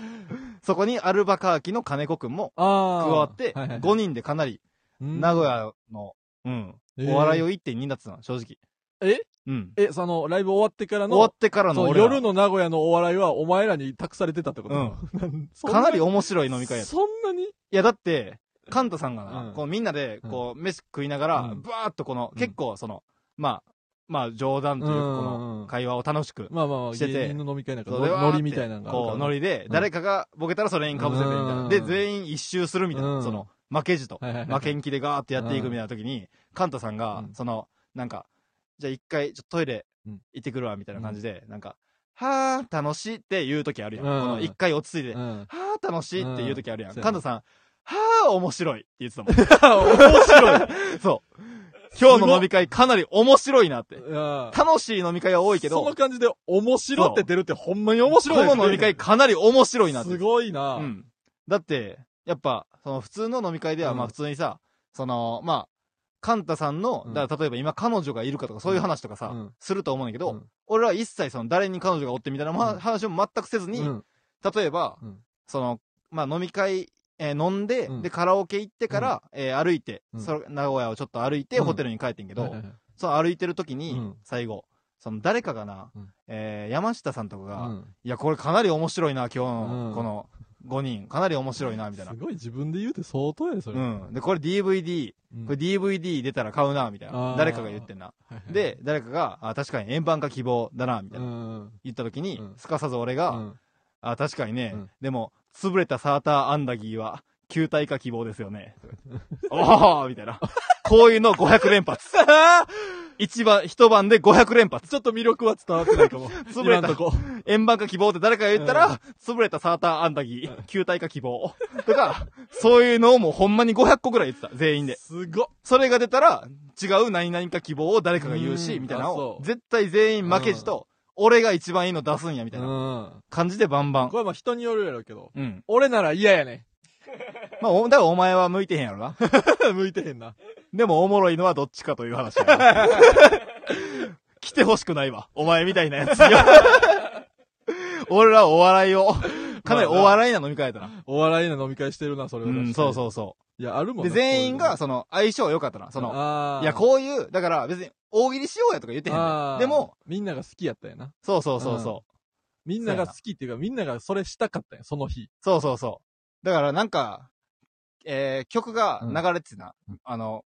そこにアルバカーキの金子くんも
ああ。
加わって、
はいはい
5人でかなり、
うん
名古屋の、うん、お笑いを1.2になってたの、正直。
え
うん。
え、その、ライブ終わってから
終わっ
の、
てからの
そう
俺ら
夜の名古屋のお笑いはお前らに託されてたってことうん。そん
かなり面白い飲み会やった
そんなに
いや、だって、カンタさんがな、
うん
こうみんなで、こう、飯食いながら、
うん
バーっとこの、
うん
結構その、まあ、まあ、冗談というか、こ
うんう
の
ん、
会話を楽しく、
まあまあまあ、
してて
芸人の飲み会なんか、
そうでわーっ
ノ
て
リみたいなのがあるから。
こう、ノリで
う、ん
誰かがボケたらそれに被せてみたい
うん
な。で、全員一周するみたい
うん
な、その、負けじと、
はい はいはいはい
負けん気でガーってやっていくみたいな時に、カンタさんが
う、ん
その、なんか、じゃあ一回、ちょっとトイレ
うん
行ってくるわ、みたいな感じで、なんか、はー、楽しいって言う時あるやん。
う
こ
ん
の、一回落ち着いて、
う
は
ん。
ー、楽しいって言う時あるやん。
うん
カンタさん、はー、面白いって言ってたもん。
面白い。
そう。今日の飲み会かなり面白いなって。
うん
楽しい飲み会は多いけ
その
ど、
感じで、面白って出るってほんまに面白い。
この飲み会かなり面白いなって。
すごいな。
うん。だって、やっぱ、その普通の飲み会では、
うん
まあ普通にさ、その、まあ、カンタさんの
う、ん
だから例えば今彼女がいるかとかそういう話とかさ、
うん
すると思うんだけど、
うん
俺は一切その誰に彼女がおってみたいな、ま
うん
話も全くせずに、
うん
例えば、
うん
その、まあ飲み会、えー飲んで、
うん
で、カラオケ行ってから、えー歩いて、
うん
それ名古屋をちょっと歩いて、
うん
ホテルに帰ってんけど、
はいはいはい
その歩いてる時に、
うん
最後、その誰かがな、
うん
えー山下さんとかが、
うん
いや、これかなり面白いな、今日の
う、ん
この5人、かなり面白いな、みたいな
す。ごい自分で言うて相当やで、それ。
うん。で、これ DVD、
うん
これ DVD 出たら買うな、みたい
あ
な
ー。
誰かが言ってんな。
はいはい
で、誰かが、あ、確かに円盤化希望だな、みた
う
いな。
ん。うん
言った時に
うん、
すかさず俺が、あ、確かにね
うん、
でも、潰れたサーターアンダギーは、球体化希望ですよ ね。おーみたいな。こういうの500連 発。一番、一晩で500連発。
ちょっと魅力は伝わってないか も。
潰れた
今んとこ。
円盤化希望って誰かが言った
うん
ら、潰れたサーターアンダギー、球体化希望。とか、そういうのをもうほんまに500個ぐらい言ってた、全員で。
すごっ。
それが出たら、違う何々か希望を誰かが言う
う
し、
ん
みたいなのを
あそ、う
絶対全員負けじと、俺が一番いいの出すんや、みたいな
うん。
感じでバンバン
こ。れはまあ人によるやろうけど。
うん。
俺なら嫌やね。
まあ、おだからお前は向いてへんやろな。
向いてへん な。
でもおもろいのはどっちかという話やな。 来 てほしくないわ。お前みたいなやつには。俺らお笑いをかなりお笑いな飲み会やったな。
お笑いの飲み会してるな、それ
う
は確かに。
ん、そうそうそ
いや、あるも
う。で、
んな
全員が、、その、相性良かったな。その、
の
いや、こういう、だから別に、大喜利しようやとか言ってへんねん。でも、、
みんなが好きやったんやな。
そうそうそうそう。
みんなが好きっていうか、みんながそれしたかったんや、その日。
そうそうそう。だからなんか、えー曲が流れててな、あの、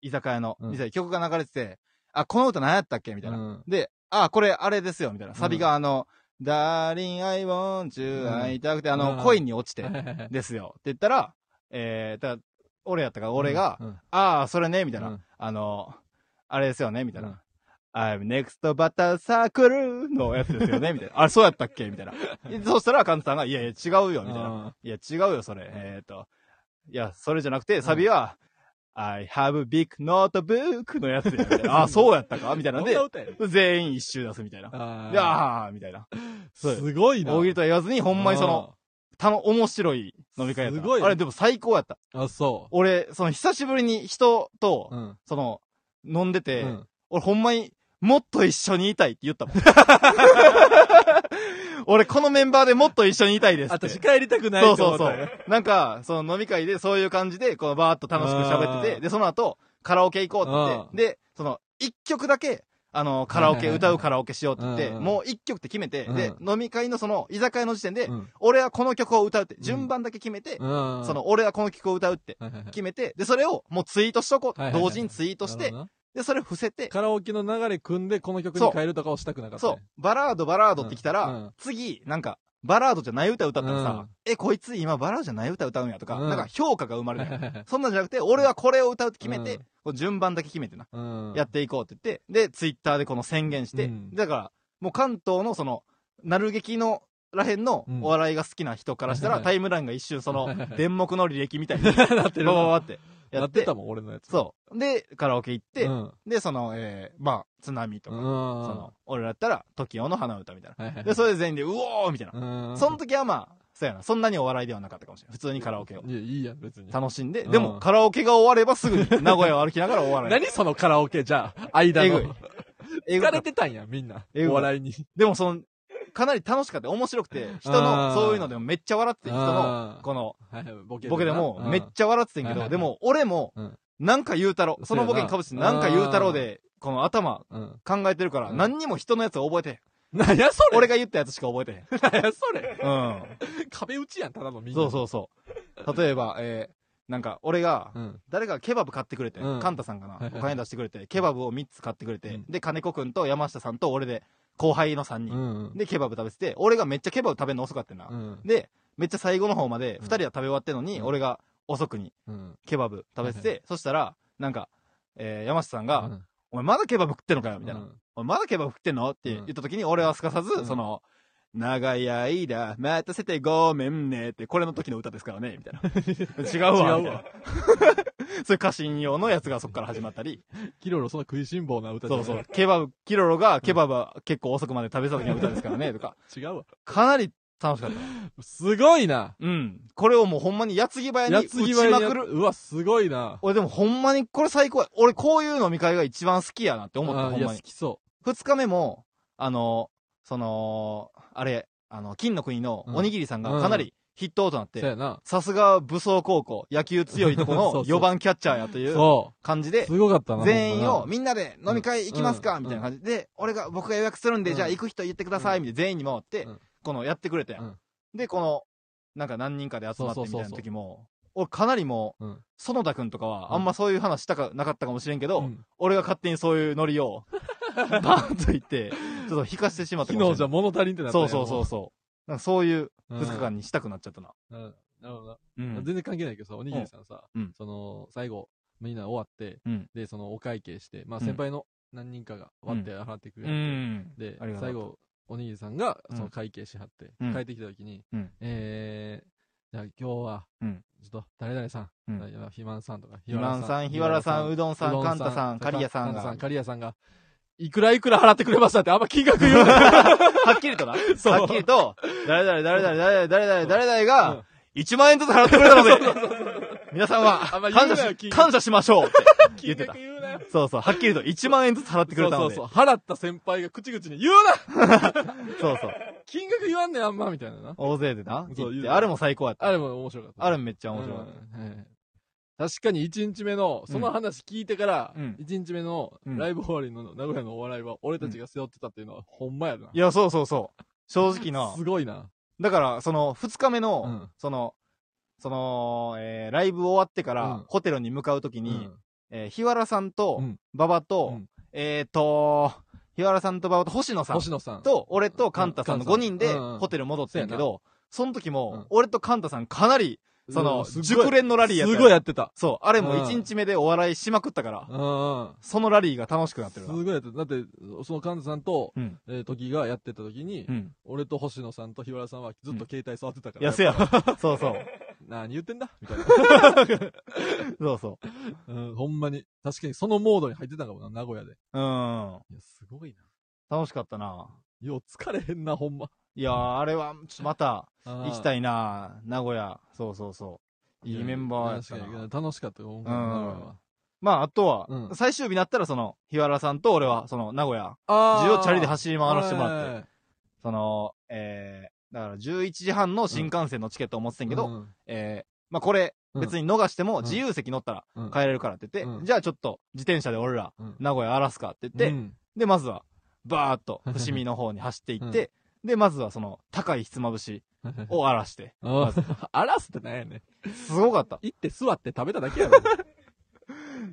居酒屋の、
うん
店で曲が流れてて、あ、この歌何やったっけみたいな。
うん
で、あ、これあれですよ、みたいな。サビ
う
があの、Darling, I want
う
you,
ん
会いたくて、あ
うん
の、恋に落ちて
はい、はいはい
ですよ。って言ったら、えー、だから俺やったから、俺が、
うんうん
ああ、それね、みたいな。
うん
あの、あれですよね、みたいな。
うん
I'm next butter circle のやつですよね、みたいな。 あれ、そうやったっけみ たいな。そうしたら、カンツさんが、いやいや、違うよ、みたいな。
あ
いや、違うよ、それ。えっ、と、いや、それじゃなくて、サビは、I have a big notebook のやつやみたい な。ああ、そうやったかみたい
ー
なん
な
で、
歌やねん
全員一周出すみたいな。
あ
いやー、みたいな。そう
ー
よ
すごいな。
大喜利とは言わずに、ほんまにその、たの、面白い飲み会やったな。
すごいね
あれ、でも最高やった。
あー。あ、そ
俺、その、久しぶりに人と、
う。うん。
その、飲んでて、
うん
俺ほんまに、もっと一緒にいたいって言った もん。俺、このメンバーでもっと一緒にいたいですって。
私帰りたくない
そう
と
そ
思
うそ
ったんや
う。なんか、その飲み会でそういう感じで、こうバーっと楽しく喋って
あー
て、で、その後、カラオケ行こうって言
あ
っ
ー
て、で、その、一曲だけ、あの、カラオ
はい
ケ、
はいはい
歌うカラオケしようって言って、
うんうん
もう一曲って決めて、で、
う
飲み会のその、居酒屋の時点で、
うん
俺はこの曲を歌うって、
ん
順番だけ決めて、
うん。
その、俺はこの曲を歌うって
はいはいはい、
決めて、で、それをもうツイートしとこう
はい
と。
はいは
同
い
時にツイートして
なるほ、どな
で、それ伏せて、
カラオケの流れ組んで、この曲に変えるとかをしたくなかった、ね。
そう、バラード、バラードってきた
うんう
ら
ん、
次、なんか、バラードじゃない歌歌ったら
う
さ
ん、
え、こいつ今バラードじゃない歌歌うんやとか、
うん
なんか評価が生まれ
は
る
い
や ん
はいはい
そんなんじゃなくて、俺はこれを歌うって決め
う
て
ん、
こう順番だけ決めてな、
うん。
やっていこうって言って、で、ツイッターでこの宣言して、
うん
だから、もう関東のその、なる劇の、らへんの
うん
お笑いが好きな人からした
は
ら、
いは
タイムラインが一瞬その
はいはいは、い
電目の履歴みたいに、バ
なってる
ババ
な。
バってや
や
っ
って
て
た、もん、俺のやつ。
そう。で、カラオケ行って
う、ん。
で、その、えーまあ、津波と
うん。
か、その、俺らだったら、TOKIO の花歌みたいな。
はいはいはい
で、それで全員で、うおーみたいな。
うん。
その時はまあ、そうやな、そんなにお笑いではなかったかもしれない。普通にカラオケを
いや、いいやん、別に。
楽しんで、
うん
でもカラオケが終わればすぐに 名古屋を歩きながらお笑い。
何そのカラオケじゃあ、間
えぐ
の
い。えぐか
疲
った
れてたんや、みんな。
えぐい
お笑いに。
でもその、かなり楽しかった。面白くて、人
あ
の、
ー
そういうのでもめっちゃ笑ってて、人の、
あー
この、
はいはいボケ
ボケでもめっ
ゃ。
ちゃ笑っててんけ
うん
ど、でも俺も
うん、
なんか言うたろう。そのボケにかぶってて、なんか言うたろうで、この頭
うん。
考えてるから、
うん
何にも人のやつ覚えてへん。
なんやそれ
俺が言ったやつしか覚えてへ
なんやそれ
ん。うん。
壁打ちやん、ただのみんな。
そうそうそう。例えば、えー、なんか、俺が、
うん。
誰かがケバブ買ってくれて、
うん
カンタさんかな、
いはいはい
お金出してくれて、ケバブを3つ買ってくれて、
うん
で、金子くんと山下さんと俺で、後輩の3
う
人、
ん。
で、ケバブ食べてて、俺がめっちゃケバブ食べるの遅かったな、
うん。
で、めっちゃ最後の方まで、
うん
2人は食べ終わってんのに、
うん
俺が遅くに
うん。
ケバブ食べてて、
は
そしたら、なんか、えー山下さんが、
うん、
お前まだケバブ食ってんのかよみたいな。
うん。
お前まだケバブ食ってんのって言った時に、俺はすかさず、
うん
その、長い間、待たせてごめんねって、これの時の歌ですからね、みたいな。 違うわ。
違う
みたい
わ
な。 そういう歌詞引用のやつがそこから始まった り、
キロロ、そんな食いしん坊な歌じゃ
そ
な
う
い
そう、ケバブ、キロロがケバブは結構遅くまで食べてた時の歌ですからね、とか、
違うわ。
かなり楽しかった。
すごいな。
うん。これをもうほんまにやつぎ早に打ち
に
ま
や
く
る
る。
うわ、すごいな。
俺でもほんまにこれ最高や。俺こういう飲み会が一番好きやなって思った、
あー
ほ
い
ん
や、
ま
好
に。
きそ
二日目も、あの、その、あれ、あの、金の国のおにぎりさん
う
が
ん
かなりヒットアウトになっ
う。そう
て、
やな。
さすが武装高校、野球強いとこ
そ
の
うそう
4番キャッチャーやという
そ
感じ
う。
で、
すごかったな。
全員
ほ
を
ん
みんなで飲み会行きます
う
か
ん
みたいな感じで、俺が、僕が予約するんで、
うん
じゃあ行く人言ってくださいみたいな全員に回って
うん、
このやってくれたや
うんん。
で、この、なんか何人かで集まって
そう
み
そう
たいな
そうそう
時も、俺かなりもう
うん、
園田くんとか
うん
はあんまそういう話したかなかったかもしれんけ
ま
ど、
な
俺が勝手にそういうノリ を、バーンと言って、ちょっと引かしてしま
うん
った
昨日じゃ
ん。
物足りんってなったん
そ
や
うそうそうそう。なんかそういう
もう
2日間にしたくなっちゃったな。
うんうんなるほどな
う
全
ん。
然関係ないけどさ、おにぎりさんさ
うん、
その、最後、みんな終わって
うん、
で、その、お会計して、まあ、
うん
先輩の何人かが割って払ってく
う
れる。
ん。
で
ありが、とう
最後、おにぎりさんが、
うん
その会計しはって
う、ん
帰ってきた時に
うん、
えー、じゃあ今日は
うん、
ちょっと、誰々さ、
うんん
あいや肥満さんとか、
ひまんさん、ひわらさん、うどんさん、かんたさん、かりやさんが。
カ
は
リヤさんが、いくらいくら払ってくれましたって、あんま金額言うな。
っきりと な。
そう
はっきりと、誰々、誰々、誰々、誰々、誰々
うん
が、1万円ずつ払ってくれたので、皆さん
あんま
は、
言うな
感
よ
謝し、
金
感謝しましょうって言
金
ってた
額。言うなよ。
そうそう、はっきりと1万円ずつ払ってく
そ
れ
う
た
そ
の
う
で。
そ。
そうう
払った先輩が口々に言う
そう。
金額言わんねん、あんま、みたいなな。
大勢でな。
そう
行っ
言う
て
よ
あれも最高やった。
あれも面白かった。
あれもめっちゃ面白かっ
うんはい確かに1日目の、その話聞いてから、
うん
1日目の
うん
ライブ終わりの名古屋のお笑いは、俺たちが背負ってたっていうのは、ほんまやな。
た。いや、そうそうそう。正直な。
すごいな。
だから、その、二日目の、
うん
その、その、えーライブ終わってから、
うん
ホテルに向かうとき
う
に、
ん
えー日原さんと、
うん
馬場と、
うん
えっ、ー、と、日原さんと馬場と星野さん
星野さん。
と、俺とカンタさんの
うんカ
5
ンタさ
人で
んうんうん
ホテル戻ってんけど、その時も、
うん
俺とカンタさんかなり、その、熟練のラ
ラ
リーやった
す
よ
ごいやってた。
そう、あれも
うん
1日目でお笑いしまくったから、
うんうん。
そのラリーが楽しくなって
す
るわ。
ごいやってた。だって、その神田さんと、
うん。
えー、時がやってた時に、
うん。
俺と星野さんと日原さんはずっと携帯触ってたか
い
ら。
や、せや。そう そう。
何言ってんだみたいな。
そうそ
うん、ほんまに。確かにそのモードに入ってたかもな、名古屋で。
う。うん。
いや、すごいな。
楽しかったな。
よう疲れへんな、ほんま。
いやー、あれは、ちょっとまた、行
行
きた
い。
いな名古屋。そうそうそう。いいメンバーやった
確か
な
に。楽しかったよ、ほんま
うん
名古屋は
まあ、あとは、
うん
最終日になったら、その、日原さんと俺は、その、名古屋、
あ
自をチャリで走り回らせてもらって、
って。
その、えー、だから11時半の新幹線のチケットを持ってたんやけど、
うん、
えー、まあこれ、別
に
に逃して
う
も
ん
自由席乗ったら
うん
帰れるからって言って、
うん
じゃあちょっと自転車で俺ら、
うん
名古屋荒らすかって言って、で、まずは、バーっと伏見の方に走ってい って、で、まずはその、高いひつまぶしを荒らして、まず
あらすってなんやねん。
すごかった。
行って座って食べただけや ろ。ち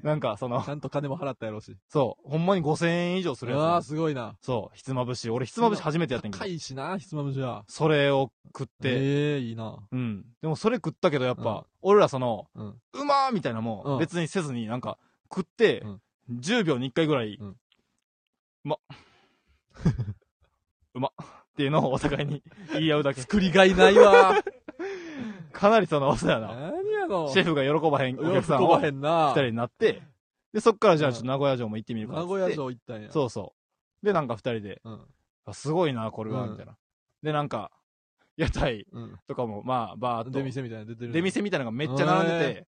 なんかその、
ゃんと金も払ったやろうし。
そう、ほんまに5000円以上する
あ
や
あ、すごいな。
つ。そう、ひつまぶし。俺、ひつまぶし初めてやってんけ
高
ど、
いしな、ひつまぶしは。
それを食って、
ええ、いいな。
うん。でもそれ食ったけど、やっ
うん
ぱ、俺らその、
うん。
うまーみたいなもん、
うん
別にせずになんか食って、
うん
10秒に1回ぐらい、
う
うん まうまっていうのをお互いに言い合う だけ。
作りがいないわ。
かなりその、そうやな。
何やの。
シェフが喜ばへんお客さん
喜
を
ばへ
二
んな。
人になって、で、そっからじゃあ
うん
ちょっと名古屋城も行ってみるかっつ
名
って
古屋城行ったんや。
そうそう。で、なんか二人で、
う。うん。
あすごいな、これは、
うん
みたいな。で、なんか、屋台
うん。
とかも、まあ、バーっと
出、店みたいなの出てる。
出店みたいなのがめっちゃ並んでて、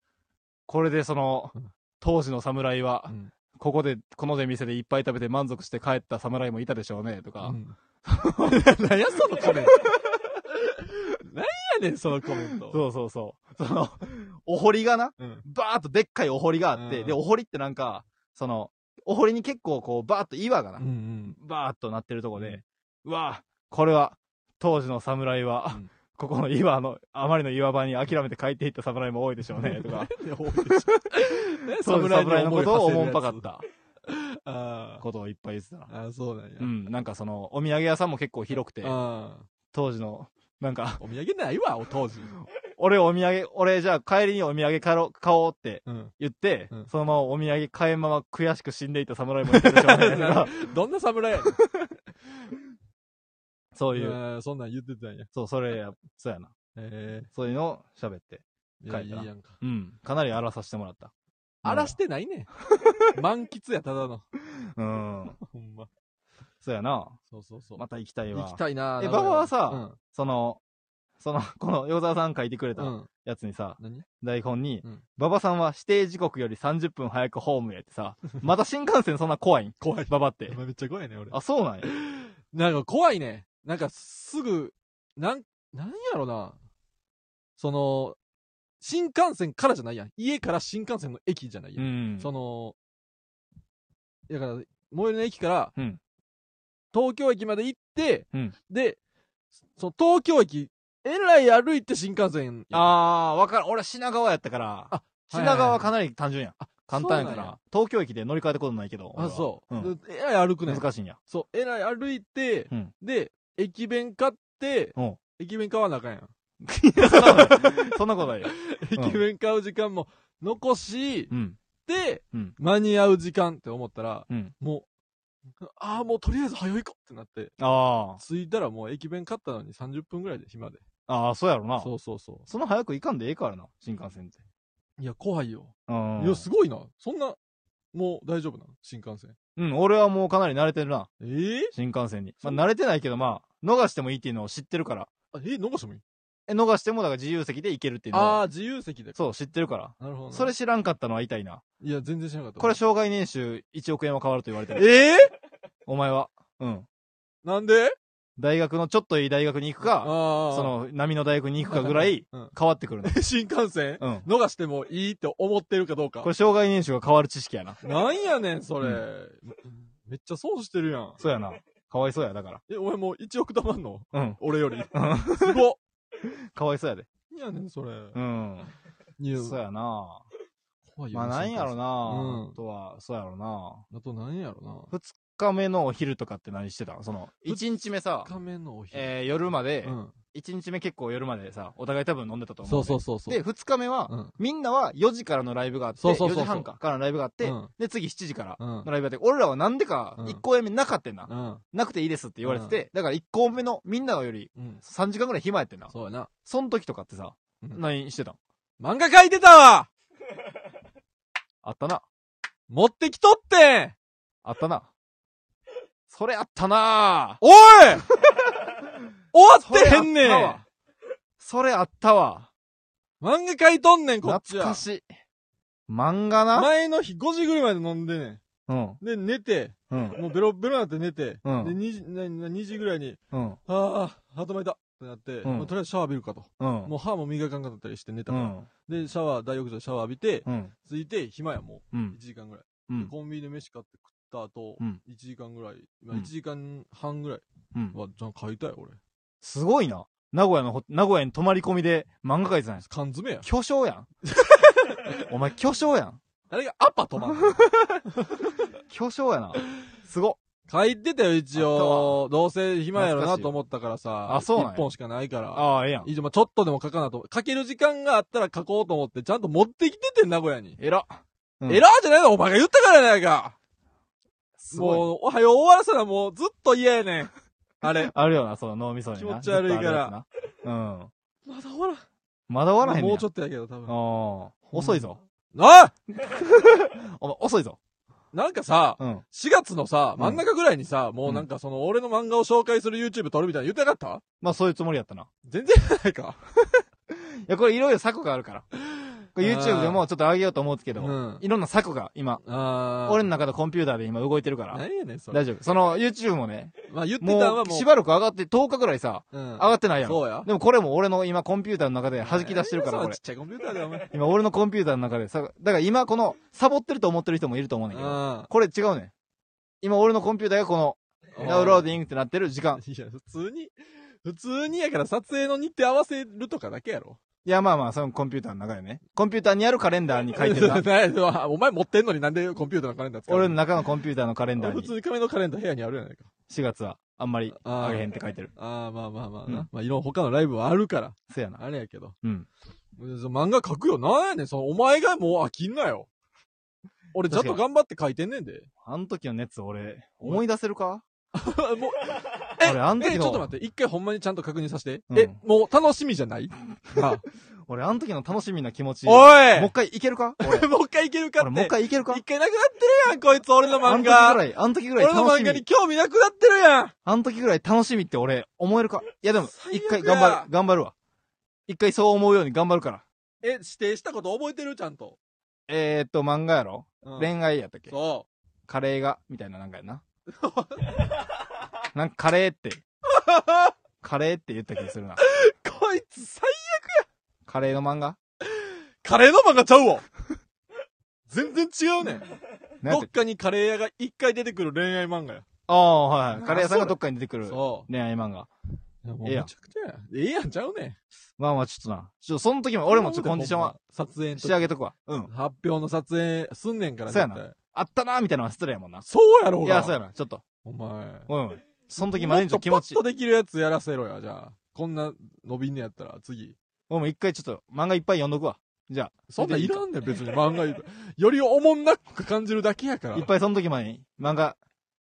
これでその
うん、
当時の侍は
う、ん。
ここで、この出店でいっぱい食べて満足して帰った侍もいたでしょうね、とか。
うん。 何やそのコメ ント。何やねん、そのコメント。
そうそうそう。その、お堀がな、
うん
バーっとでっかいお堀があって、
うん
で、お堀ってなんか、その、お堀に結構こう、バーっと岩がな、
うんうん。
バーっとなってるとこで、うわあこれは、当時の侍は、
うん
ここの岩の、あまりの岩場に諦めて帰っていった侍も多いでしょう ね、とか。
いや多いでしょね
当時の侍のことをおもんぱか
や
っ
つ
た
あ
ことをいっぱい言ってたな
ー。あー、そうなんや。
うん、なんかその、お土産屋さんも結構広くて、
あー
当時の、なんか、
お土産ないわ、お当時。
俺お土産、俺じゃあ帰りにお土産買ろ買おうって
うん。
言って、
うん
そのままお土産買えんまま悔しく死んでいた侍もいたでしょうねと か
どんな侍やねん。
そういう、
あーそんなん言ってたんや。
そう、それや、そうやな。
え
そういうのを喋って。
え。いや、いい
帰ったな
やんか。
うん。かなり荒らさせてもらった。
荒らしてないね ん。満喫や、ただの。
うん。
ほんま。
そうやな。
そうそうそう。
また行きたいわ。
行きたいな
え
名古屋
馬場はさその、その、この、ヨ沢さん書いてくれ
うん。う
た
ん。
やつにさ、
何
台本に
うん、
馬場さんは指定時刻より30分早くホームへってさ、また新幹線そんな怖いん
怖い。
馬場って。
めっちゃ怖いね、俺。
あ、そう なんや。
なんか怖いね。なんかすぐ、なん、なんやろな。その、新幹線からじゃないやん。家から新幹線の駅じゃないや。
うんん。
その、だから、最寄りの駅から、
うん
東京駅まで行って、
うん
で、その東京駅、えらい歩いて新幹線やん
あー、わかる。俺は品川やったから。
あ
品川はかなり単純やん。簡単やか
そうなんや
ら。東京駅で乗り換えたことないけど。
あ、そう。
ん
でえらい歩くねん。
難しいんや。
そう、えらい歩いて、
うん
で、駅弁買って
うん、
駅弁買わなあかんやん。
そんなことないよ。うん
駅弁買う時間も残し
う、ん。
で、
うん
間に合う時間って思ったら、
うん
もう、ああ、もうとりあえず早いこうってなって、
あー。
着いたらもう駅弁買ったのに30分ぐらいで暇で。
あー、そうやろな。
そうそうそ
その早く行かんでええからな、新幹線って。
う。いや、怖いよ。
うん
いや、すごいな。そんな、もう大丈夫なの新幹線。
うん、俺はもうかなり慣れてるな、
えー、
新幹線に。
そ
ま
う
あ、慣れてないけど、まあ、逃してもいいっていうのを知ってるから。
あえ、残してもいい
え、逃しても、だから自由席で行けるっていうの
あ
を。
あ、自由席で。
そう、知ってるから。
なるほどな。
それ知らんかったのは痛いな。
いや、全然知らなかった。
これ、、障害年収1億円は変わると言われてる。
ええ
お前は。うん。
なんで
大学のちょっといい大学に行くか、
あ
その波の大学に行くかぐらい、
うん
変わってくるの。
新幹線
うん。
逃してもいいって思ってるかどうか
こ。れ、障害年収が変わる知識やな。
なんやねん、それ。
う
めっちゃ損してるやん。
そうやな。かわいそうや、だか
え、俺もう1億貯まんの
ら。うん。
俺より。
うん
すごっ。
かわいそうやで。
なんやねん、それ。
うん。
いや
そうやな。
怖いよ
まあ、なんやろ。な。
うん
あとは、そうやろな。
新幹線あとなんやろ
二日目のお昼とかって何してたんその、
二
一日目
な。
さ、
2日目のお昼。
えー、夜まで
う、ん。
一日目結構夜までさ、お互い多分飲んでたと思う
そ
んで。
うそうそうそう。
で、二日目は、
うん、
みんなは4時からのライブがあって、
そうそうそうそう
4時半かからのライブがあって、
うん
で、次7時から
うん
の。ライブがあって、俺らはなんでか
うん
1公演目なかったんな、
うん。
なくていいですって言われてて、だから1公演目のみんなより
うん。
3時間ぐらい暇やってんな。
そうやな。
そん時とかってさ、
うん
何してたん
漫画描いてたわ
あったな。
持ってきとってん
あった な。それあったな
おい終わってへんねん
それあったわそれあったわ。
漫画描いとんねん、こっち
懐
は
か。しい。漫画な
前の日5時ぐらいまで飲んでね
うん。
ん。で、寝て、
うん。
もうベロベロになって寝て、
うん
で 2, 時なな2時ぐらいに、
うん。
ああ、頭痛ってなって、
うん
まあとりあえずシャワー浴びるかと。
うん。
もう歯も磨かんかったりして寝た
う
から。
ん。
で、シャワー、大浴場でシャワー浴びて、
うん。
着いて、暇やも
う
う。1
ん。
時間ぐらい。
うん。
コンビニで飯買って食った後、
うん
1時間ぐらい、ま
う
あ、
ん
1時間半ぐらい
うん。
は、じゃあ書いたよ、俺。
すごいな。名古屋のホ、名古屋に泊まり込みで漫画描いてたんです。
缶詰や。
巨匠 やん。お前巨匠やん。
誰がアパ泊ま んの
巨匠やな。すごっ。
書いてたよ、一
あった
応。どうせ暇やろ
懐か
な
しい
と思ったからさ。
あそうなんや
一本しかないから。
ああ、ええやん。
以上、まあちょっとでも書かなと思書ける時間があったら書こうと思って、ちゃんと持ってきててん、名古屋に。
えら。
エラーじゃないのお前が言ったからやないか。
すごい。
もう、おはよう終わらせたらもうずっと嫌や ねん。あれ。
あるよな、その脳みそにな。
気持ち悪いか
ずっと
ら
あるやつな。うん。
まだ終わらん。
まだ終わらへんねん。
もうちょ
っ
っとやけど、多分。
と。遅いぞ。
おい
お前、遅いぞ。
なんかさ、
うん。
4月のさ、
うん
真ん中ぐらいにさ、もうなんかその、俺の漫画を紹介する YouTube 撮るみたいなの言ってなかった
まあ、そういうつもりやったな。
全然やないか。
いや、これいろいろ策があるから。これ YouTube でもちょっと上げようと思うんですけ
う
ど
ん、
いろんな策が今、
あー。
俺の中のコンピューターで今動いてるから。
何やねん、それ。
大丈夫。その YouTube もね、
まあ言ってたんはも
も
う
う、しばらく上がって10日ぐらいさ、
うん、上
上がってないやん。
そうや。
でもこれも俺の今コンピューターの中で弾き出してるから、
そ
こ
んな
れ
ちっ。ちゃいコンピューターで、お前。
今俺のコンピューターの中でさ、だから今この、サボってると思ってる人もいると思うねんだけど、
う
これ違うねん。今俺のコンピューターがこの、
ん。
ダウンローディングってなってる時間。
いや、普通に、普通にやから撮影の日程合わせるとかだけやろ。
いや、まあまあ、そのコンピューターの中でね。コンピューターにあるカレンダーに書いてるな。
なお前持ってんのになんでコンピューターのカレンダー使う
俺の中のコンピューターのカレン
俺
ダー
普
に、
通に紙のカレンダー部屋にあるやないか。
4月はあんまり
あー
あげへんって書いてる。
ああ、まあまあまあな。
うん
まあいろんな他のライブはあるから、
せやな。
あれやけど。
うん。
漫画描くよ。なんやねん、その、お前がもう飽きんなよ。俺ちゃんと
確
頑張って書いてん ねんで。
あの時の熱俺、思い出せるか
もうえ
俺、あの時
え、ちょっと
の、
待って、一回ほんまにちゃんと確認させて。
うん
え、もう楽しみじゃない なあ
俺、あの時の楽しみな気持ち。も
お
う
い
一回いけるか俺、
もう一回いけるかって。
俺もう一回いけるか
一回なくなってるやん、こいつ、俺
あ
の漫
の時ぐら
画。
い、あの時ぐらい
俺の
楽し
漫
み
画。に興味なくなってるやん。
あの時ぐらい楽しみって俺、思えるかいやでも、
最悪や
一回頑張る、頑張るわ。一回そう思うように頑張るから。
え、指定したこと覚えてるちゃんと。
えーっと、漫画やろ、
うん
恋愛やったっけ
そ
カレーが、みたいななんか やな。なんかカレーって、
う。
カレーって言った気がするな。
こいつ、最
カレーの漫 画
カレーの漫画ちゃうわ。 全然違うねん。
なん
ど
やった
っ
っけ
かにカレー屋が一回出てくる恋愛漫画や。
ああ、はいはい。
あ
カレー屋さんがどっかに出てくる
そ
恋愛漫画。
う。いや、もう
ええや
め
ん
ちゃくちゃや。ええやんちゃうねん。
まあまあ、ちょっとな。ちょっとその時も、俺もちょっとコンディションは、
撮影の
仕
時
上げとくわ。うん。
発表の撮影すんねんから
そうやな
絶対
あったなーみたいなのは失礼やもんな。
そうやろ
い
が
や、そうやな。ちょっと。
お前。
うん。その時までにちょっと気持ち
もっとパッと。できるやつやらせろや、じゃあ。こんな伸びんねやったら、次。
俺も一回ちょっと漫画いっぱい読んどくわ。じゃあ。
そんなんいらんねん、別に漫画言うと よりおもんなく感じるだけやから。
いっぱいその時前に、漫画、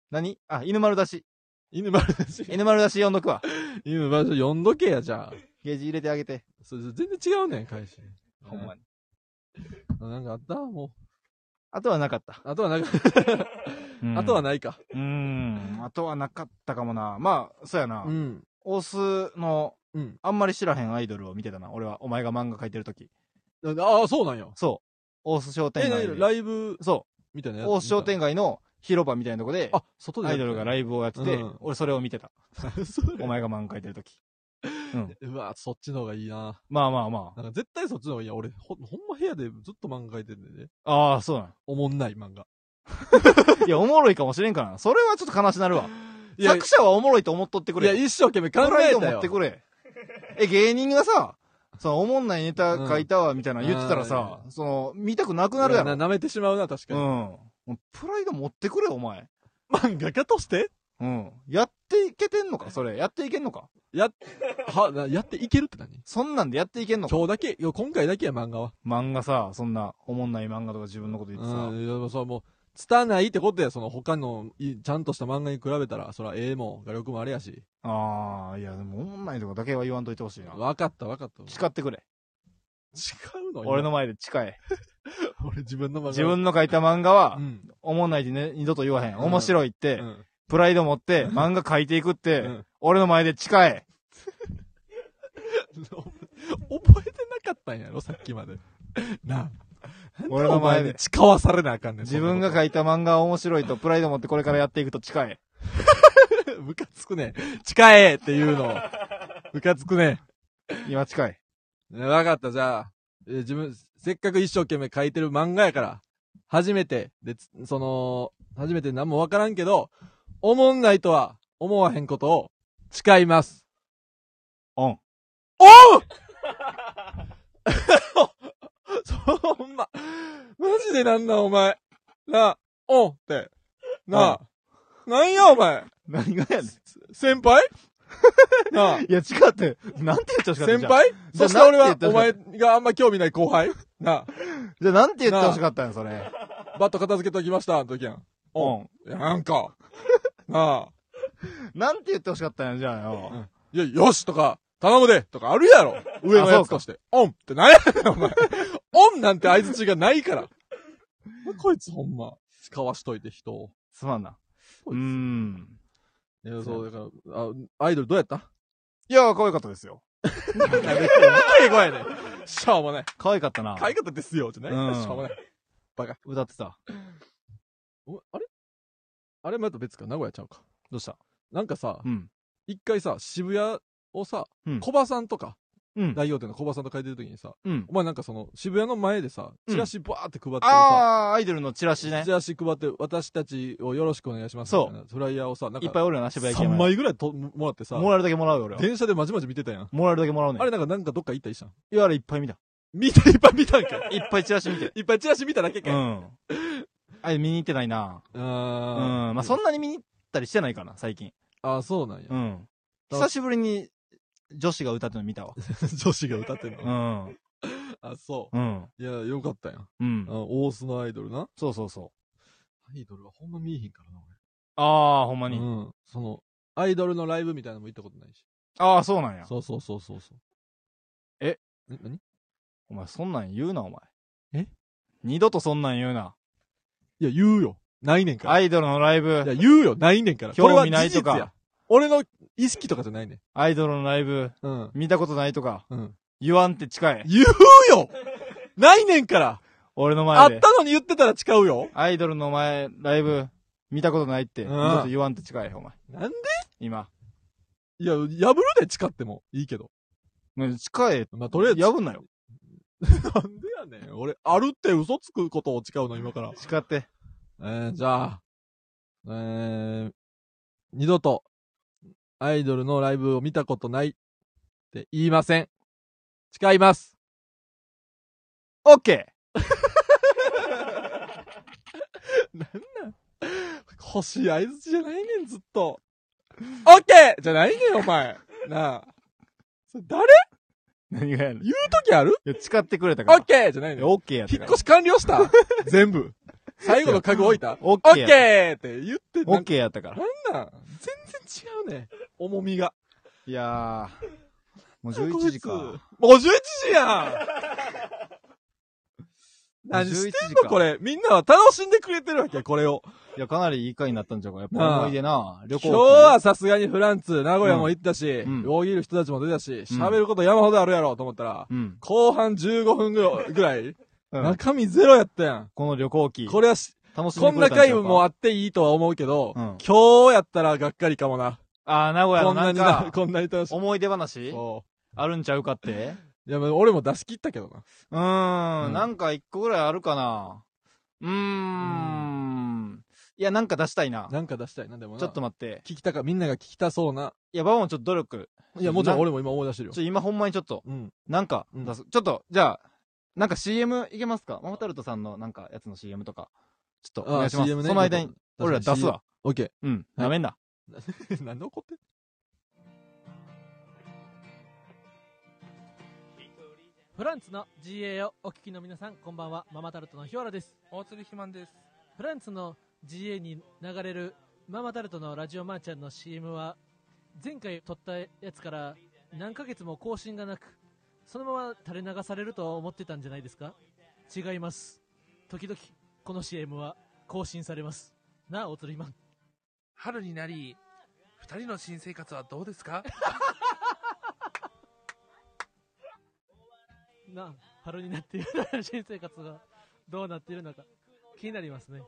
何あ、犬丸出し。
犬丸だし。
犬丸出し読んどくわ。
犬丸だし、読んどけや、じゃあ。
ゲージ入れてあげて。
それ全然違うねん、返し。
ほんまに。
あなんかあったも
あとはなかった。
う。あとはなんか、あとは
な、
ないか。
うーん。あとはなかったかもな。まあ、そうやな
う。ん。
オスの
うん、
あんまり知らへんアイドルを見てたな。俺は、お前が漫画描いてる時。
ああ、そうなんや。
そう。オス商
え、
店街
何
で。
ライブ
そ
みたいな
う。
やつ
オス商店街の広場みたいなとこで、
あ、外で
アイドルがラ
イ
イブをやってて、
うん
俺それを見てた。
ブ。そう
お前が漫画描いてる時。うん。
うわ、そっちの方がいいな。
まあまあまあ。
なんか絶対そっちの方がいいや。俺、ほほんま部屋でずっと漫画描いてるんでね。
ああ、そうなん。
おもんない漫画。
いや、おもろいかもしれんからな。それはちょっと悲しなるわ。
いや、い
作者はおもろいと思っとってくれ。
や、一生懸命考
プライ
え
ド
た
持
よ
って。くれ。え、芸人がさ、その、おもんないネタ書いたわ、みたいなの言ってたらさ、その、見たくなくなるやろ。
な舐めてしまうな、確か
うん。
に。
もうプライド持ってくれ、お前。
漫画家として
うん。やっていけてんのか、それ。やっていけんのか。
や、は、なやっていけるって何
そんなんでやっていけんのか。
今日だけ、いや今回だけや、漫画は。
漫画さ、そんな、おもんない漫画とか自分のこと言ってさ。
うん、いやでもそれはもう、つたないってことや、その他のい、ちゃんとした漫画に比べたら、そら、ええもん、画力もあれやし。
ああ、いや、でも、おもんないとかだけは言わんといてほしいな。
わかった、わかった。
誓ってくれ。
違うの
俺の、前で誓え。
今俺自分の漫画。
自分の書いた漫画は
う、ん。
おもんないでね、二度と言わへん。
うん
面白いって、
うん
プライド持って、漫画書いていくって、
うん
俺の前で誓え。
覚えてなかったんやろ、さっきまで。なあ。
俺の前で
なんお誓わされなあかんねん。
自分が書
い
いた漫画は面白いと、プライド持ってこれからやっていくと誓え。
て。 ムカつくね。近えっていうの。ムカつくね。
今誓え。
ねわかった、じゃあ、えー自分、せっかく一生懸命書いてる漫画やから、初めて、で、つその、初めて何もわからんけど、思んないとは思わへんことを誓います。
オ ン。
おうそう、ほんま。マジでなんなん、お前。なあ、おんって。なあ、なんや、お前。
何がやねん。
先輩 なあ、
いや、誓って、なんて言ってほしかった
先
じゃあ
輩
じゃ
そ
あ
して俺は、
なんて言
お
ったん
前があんま興味ない後輩な
じゃあ、なんて言ってほしかったんや、それ。
あ、バット片付けときました、あの時やん。
オ
おん。
ン。
いやなんか。なあ。
なんて言ってほしかったんや、じゃあよ。
いや、よしとか、頼むでとかあるやろ上のやつとして。オンってなんやねん、お前。オンなんて相槌がないから。こいつほんま。使わしといて人を。
すまんな。
こ
う
い
ーん。
ついや、そう、だから、あアイドルどうやった
いや、可愛かったですよ。
英語やねん。しょうもない。
可愛かったな
可。愛かったですよ、じゃない、
うん
しょうもない。
歌ってた。
おあれあれまた別か、名古屋ちゃうか。
どうした
なんかさ、
うん。
一回さ、渋谷をさ、
うん
コバさんとか、
うん。
大王店のコバさんと書いてる時にさ、
うん。
お前なんかその、渋谷の前でさ、
うん
チラシバーって配ってるさ、
あー、アイドルのチラシね
チ。ラシ配って、私たちをよろしくお願いします。
そう
みたいなフライヤーをさ、なんか、
いっぱいおるよな、渋谷駅
3枚ぐらいとももらってさ、
もらえるだけもらうよ、俺は。
電車でまじまじ見てたやん。
もらえるだけもらうねん。
あれなんかなんかどっか行ったりしたん
いや、あれいっぱい見た。
見た、いっぱい見たんか い。
いっぱいチラシ見て。
いっぱいチラシ見ただけ
う
かい。
ん。あれ見に行ってないな。
う。
うんん。まあ、そんなに見に行ったりしてないかな、最近。
あ、そうなんや
う。ん。久しぶりに女子が歌ってるの見たわ。
女子が歌ってん
う
の。
ん。
あ、そ
うん。
う。いや、よかったやん。あ
うん。
大須のアイドルな。
そうそうそう。
アイドルはほんま見えへんからな、俺。
あー、ほんまに。
うん。その、アイドルのライブみたいなのも行ったことないし。
あー、そうなんや。
そうそうそうそうそう。
え
な何
お前、そんなん言うな、お前。
え
二度とそんなん言うな。
いや、言うよ。ないねんから。
アイドルのライ
いや、
ブ、
言うよ。ないねんから。
興
これは
味ないとか
事実や。俺の意識とかじゃないねん。
アイドルのライブ、
うん。
見たことないとか、
うん。
言わんって近い。
言うよないねんから
俺の
あ
前
っ
で。
たのに言ってたら誓うよ
アイドルの前、ライブ、見たことないって、
うん
ちょっと言わんって近い、お前。
なんで
今。
いや、破るで誓っても。いいけど。
ね近い。
まあ、とりあえず。
やぶんなよ。
なんでやねん。俺、あるって嘘つくことを誓うの、今から。
誓って。
えー、じゃあ、えー、二度と、アイドルのライブを見たことないって言いません。誓います。
オッケ
なんなん星合図じゃないねん、ずっと。オッケーじゃないねん、お前。なあ。それ誰
ー何がやねん。い
言う時ある
や、誓ってくれた
オ
から。
ッケーじゃない
い
ね
や
ん。
オッケーやった
引っ
から
越し完了 した全部。最後の家具置いた
オッ
オ
ケー
ッ
や。
ケーって言ってん
オ
な
ッケーやったから。
なんなん全然違うねん。重みが。
いやー。もう11時
こい
か。
つ。もう11時 やん何してん
11時
の
か
これ。みんなは楽しんでくれてるわけこれを。
いや、かなりいい回になったんちゃうか。やっ
なあ
ぱ思い出な。旅行。
今日はさすがにフランツ、名古屋も行ったし、
うんうん
大喜利人たちも出たし、喋ること山ほどあるやろうと思ったら、
うん。
後半15分ぐらい、ぐらい
うん
中身ゼロやったやん。
この旅行記。
これはし、
楽しん
こ
で
ん
くれ
な
たでし
回
ょうか
もあっていいとは思うけど、
うん
今日やったらがっかりかもな。
あー、名古屋の
こん
な
なんに
か
な、、こんなに楽しい。
思い出話
そ
あるんちゃうかって
ういや、まあ俺も出し切ったけどな。
うー、
うんん
なんか一個ぐらいあるかな。うーん。いや、なんか出したいな。
なんか出したいな、でもな。
ちょっと待って。
聞きたか、みんなが聞きたそうな。
いや、バオもちょっと努力。
いや、もちろん
な
俺も今思い出してるよ
ち。ょ、今ほんまにちょっと、
うん。
なんか
うん
出す。ちょっと、じゃあ、なんか CM いけますかマホタルトさんのなんかやつの CM とか。ちょっとお願いします。
CM ね
その間に、俺ら出す。わ。
オッケ
うん。
はい
なめんな。
ー。 なんで怒ってん
フランツの GA をお聞きの皆さんこんばんはママタルトの日原です
大鶴ひまんです。
フランツの GA に流れるママタルトのラジオマーちゃんの CM は前回撮ったやつから何ヶ月も更新がなくそのまま垂れ流されると思ってたんじゃないですか違います時々この CM は更新されますなあ大鶴ひまん
春になり、二人の新生活はどうですか
なあ春になって新生活がどうなっているのか気になりますね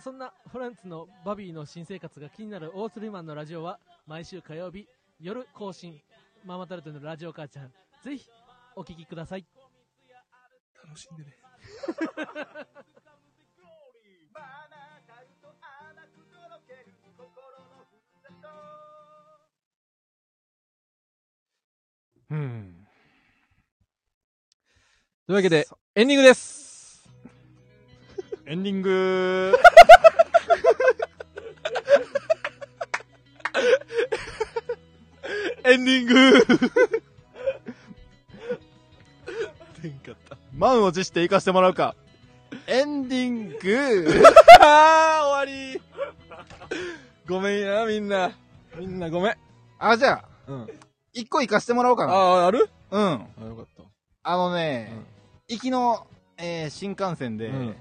そんなフランスのバビーの新生活が気になるオースルマンのラジオは毎週火曜日夜更新ママタルトのラジオ母ちゃんぜひお聞きください
楽しんでね。
うん。
というわけで、エンディングです。
エンディング
エンディング出んかった。
満を持して行かしてもらうか。エンディング
あー、終わりごめんや、みんな。みんなごめん。
あ、じゃあ、
うん。
一個行かしてもらおうかな。
あー、ある
うん。
あ、よかった。
あのね、
うん
行きの、えー新幹線で、
うん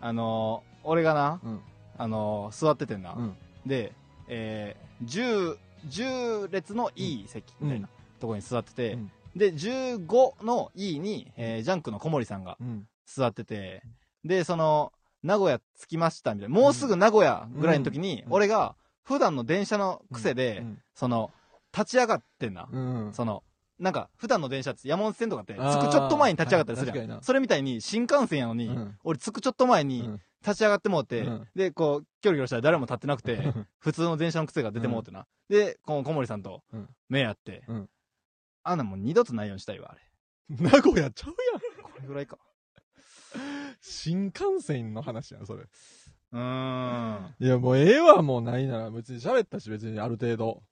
あのー俺がな、
うん。
あのー座っててんな。
うん。
で、えー、10、10列のいい席みたいな、とこに座ってて、
うん
で、15の E に、えージャンクの小森さんが
うん。
座ってて、で、その、名古屋着きましたみたいな、もうすぐ名古屋ぐらいの時に、
うん
俺が普段の電車の癖で、その、立ち上がってんな。
うん。うん。
その、なんか、普段の電車って山手線とかって、つ
あー
くちょっと前に立ち上がったりする
はい確
や
かに
ん。
な
それみたいに、新幹線やのに、
うん
俺、つくちょっと前
う
に
ん
立ち上がってもうて、
うん
で、こう、キョロキョロしたら誰も立ってなくて、普通の電車の癖が出てもうてな。で、この小森さんと
うん、
目合って、
うん
あんなもう二度とないようにしたいわ、あれ。
名古屋ちゃうやん。
これぐらいか。
新幹線の話やん、それ。
うーん。
いや、もうええわ、もうないなら。別に喋ったし、別にある程度。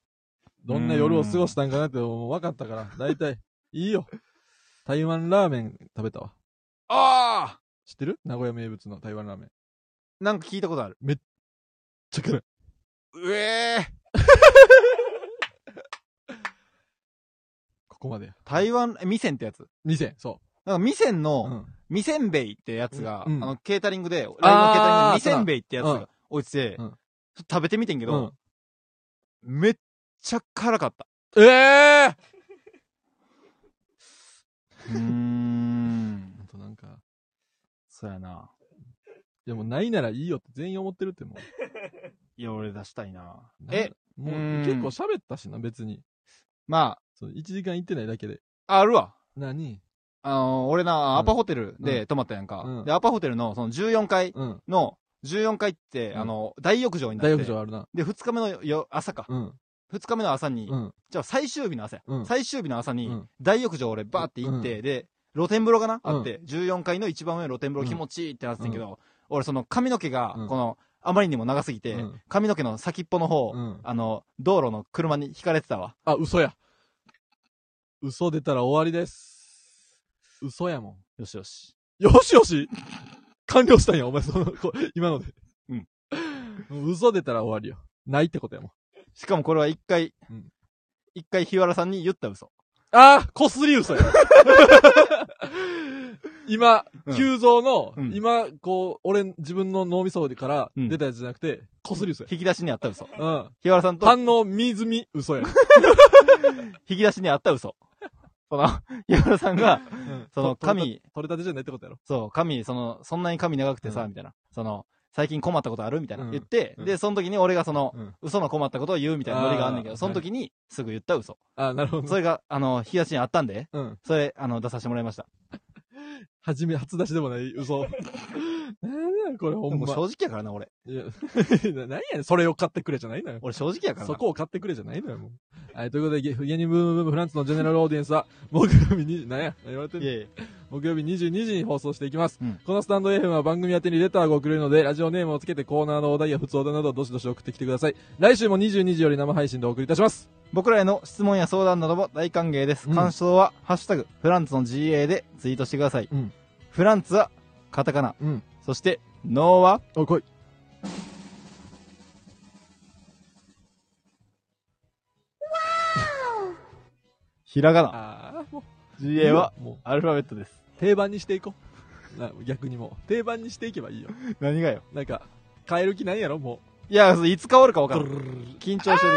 どんな夜を過ごしたんかなって、もう分かったから。大体、いいよ。台湾ラーメン食べたわ。
ああ
知ってる名古屋名物の台湾ラーメン。
なんか聞いたことある。
ちょっと辛いう
えー、
ここまでや。
台湾、え、ミセンってやつ。
店、そ
なんか、ミセン
う。う
の、
ん。
ミセンベイってやつが、
うん
あの、ケータリングで、ライブのケータリングで
あー
ミセンベイってやつ
そう
が
だ
置いてて、
うん
食べてみてんけ
う
ど
ん、、
めっちゃ辛かった。
ええ
うーん
ほ。んとなんか、
そうやな。
いやもうないならいいよって全員思ってるっても
いや、俺出したいな。
う。
え、、
もう
うん
結構喋ったしな、別に。
ま
その1時間行ってないだけで。
あ、あるわ。
何
あの、俺な、
ん
アパホテルで泊まったやんか。
うん
で、アパホテルの、その14階
うん。
の、14階って、
うん
あの、大浴場にな
大
って。
浴場あるな。
で、2日目のよ朝か。
うん。
2日目の朝に、
うん。
じゃあ最終日の朝や、
うん
最終日の朝に、
うん
大浴場俺バーって行って、で、露天風呂かな、
うん
あって、14階の一番上の露天風呂
うん
気持ちいいってなってんけど、俺その髪の毛が、
うん
この、あまりにも長すぎて、
うん
髪の毛の先っぽの方、
うん。
あの、道路の車にひかれてたわ。
あ、嘘や。嘘出たら終わりです。嘘やも
よしよし。
ん。よしよし完了したんや、お前、その、こ今ので。
うん
うん。嘘出たら終わりよ。ないってことやもん。
しかもこれは一回
うん、
一、回日原さんに言った嘘。
ああこすり嘘や。 今
うん、
急増の、
うん
今、こう、俺、自分の脳みそから
うん
出たやつじゃなくて、こすり嘘や。
引き出しにあった嘘。
うん。
日原さんと
反応、みずみ、嘘 や。
引き出しにあった嘘。その、日原さんが、
うん
その
と取れ
神
た取れたてじゃないってことやろ。
そう、髪、その、そんなに髪長くてさ、
うん
みたいな。その、最近困ったことあるみたいな
うん
言って、
うん
で、その時に俺がその、
うん
嘘の困ったことを言うみたいなノリがあんねんけ
あ
ど、
ー
その時にすぐ言った嘘。
あ、なるほど。
それが、あの、冷やしにあったんで、
うん。
それ、あの、出させてもらいました。
はじめ、初出しでもない、 嘘。なんやこれほ
で
ん
も
ま。
正直やからな、俺。
いや、 ななんやねん、それを買ってくれじゃないのよ。
俺正直やからな。
そこを買ってくれじゃないのよ、もう。はい、ということで、ゲ芸人ブームブームフランツのジェネラルオーディエンスは、木曜日に、なんや、何言われてん
い
の
やいや
木曜日22時に放送していきます。
うん
このスタンド FM は番組宛てにレターが送れるので、ラジオネームをつけてコーナーのお題や普通お題などをどしどし送ってきてください。来週も22時より生配信でお送りいたします。
僕らへの質問や相談なども大歓迎です。
うん
感想は、ハッシュタグ、フランツの GA でツイートしてください。
うん
フランツは、カタカナ。
うん。
そして、ノーは、
お、来い。
ひらがな。
ああ、も
GA は、
もう、
アルファベットです。
定番にしていこう。な逆にもう、定番にしていけばいいよ。
何がよ。
なんか、変える気ないやろ、も
いや、いつ変わるか分からん。緊張してる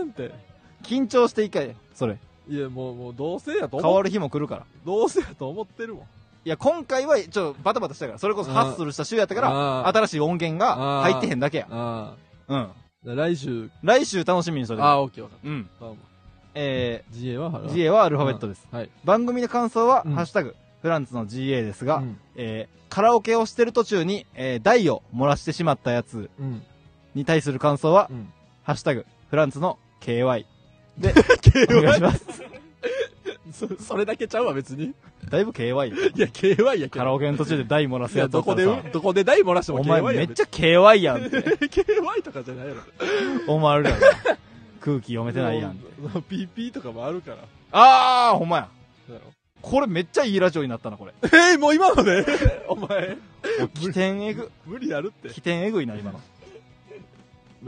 う。うーんって。
けど。緊張していいかい。それ。
いや、もう、もう、どうせやと
変
思
わ
う。
る日も来るから。
どうせやと思ってるもん。
いや、今回は、ちょ、っとバタバタしたから。それこそハッスルした週やったから、
あー
新しい音源が入ってへんだけや。
あ
うん。
ー。来週、
来週楽しみにしといてくれ。
ああ、オッケー、わかっ
うん。
た。どうも
え
GA は
ー、GA はアルファベットです。。
うんはい。
番組の感想は、
うん
ハッシュタグ、フランツの GA ですが、
うん
えー、カラオケをしてる途中に、えー、台を漏らしてしまったやつ
うん。
に対する感想は、
うん。
ハッシュタグ、フランツの KY で、お願いします。
そそれだけちゃうわ、別に。
だいぶ KY よ
いや、KY やけ
カ
ど。
ラオケの途中で台漏ら
い
す
や、
やつお
ど
った
こ
らさ
で、どこで台漏らしても
お
KY や
前めっち
ゃ。
ゃ KY やんって
KY とかじゃないやろ。
思われるやろ。空気読めてないやん。
もう。PP とかもある から。
あー、ほんまや。
だろ
これめっちゃいいラジオになったな、 これ。
えー、もう今ので お前、
お起点えぐ、
無理やるって。
起点えぐいな、今の。
も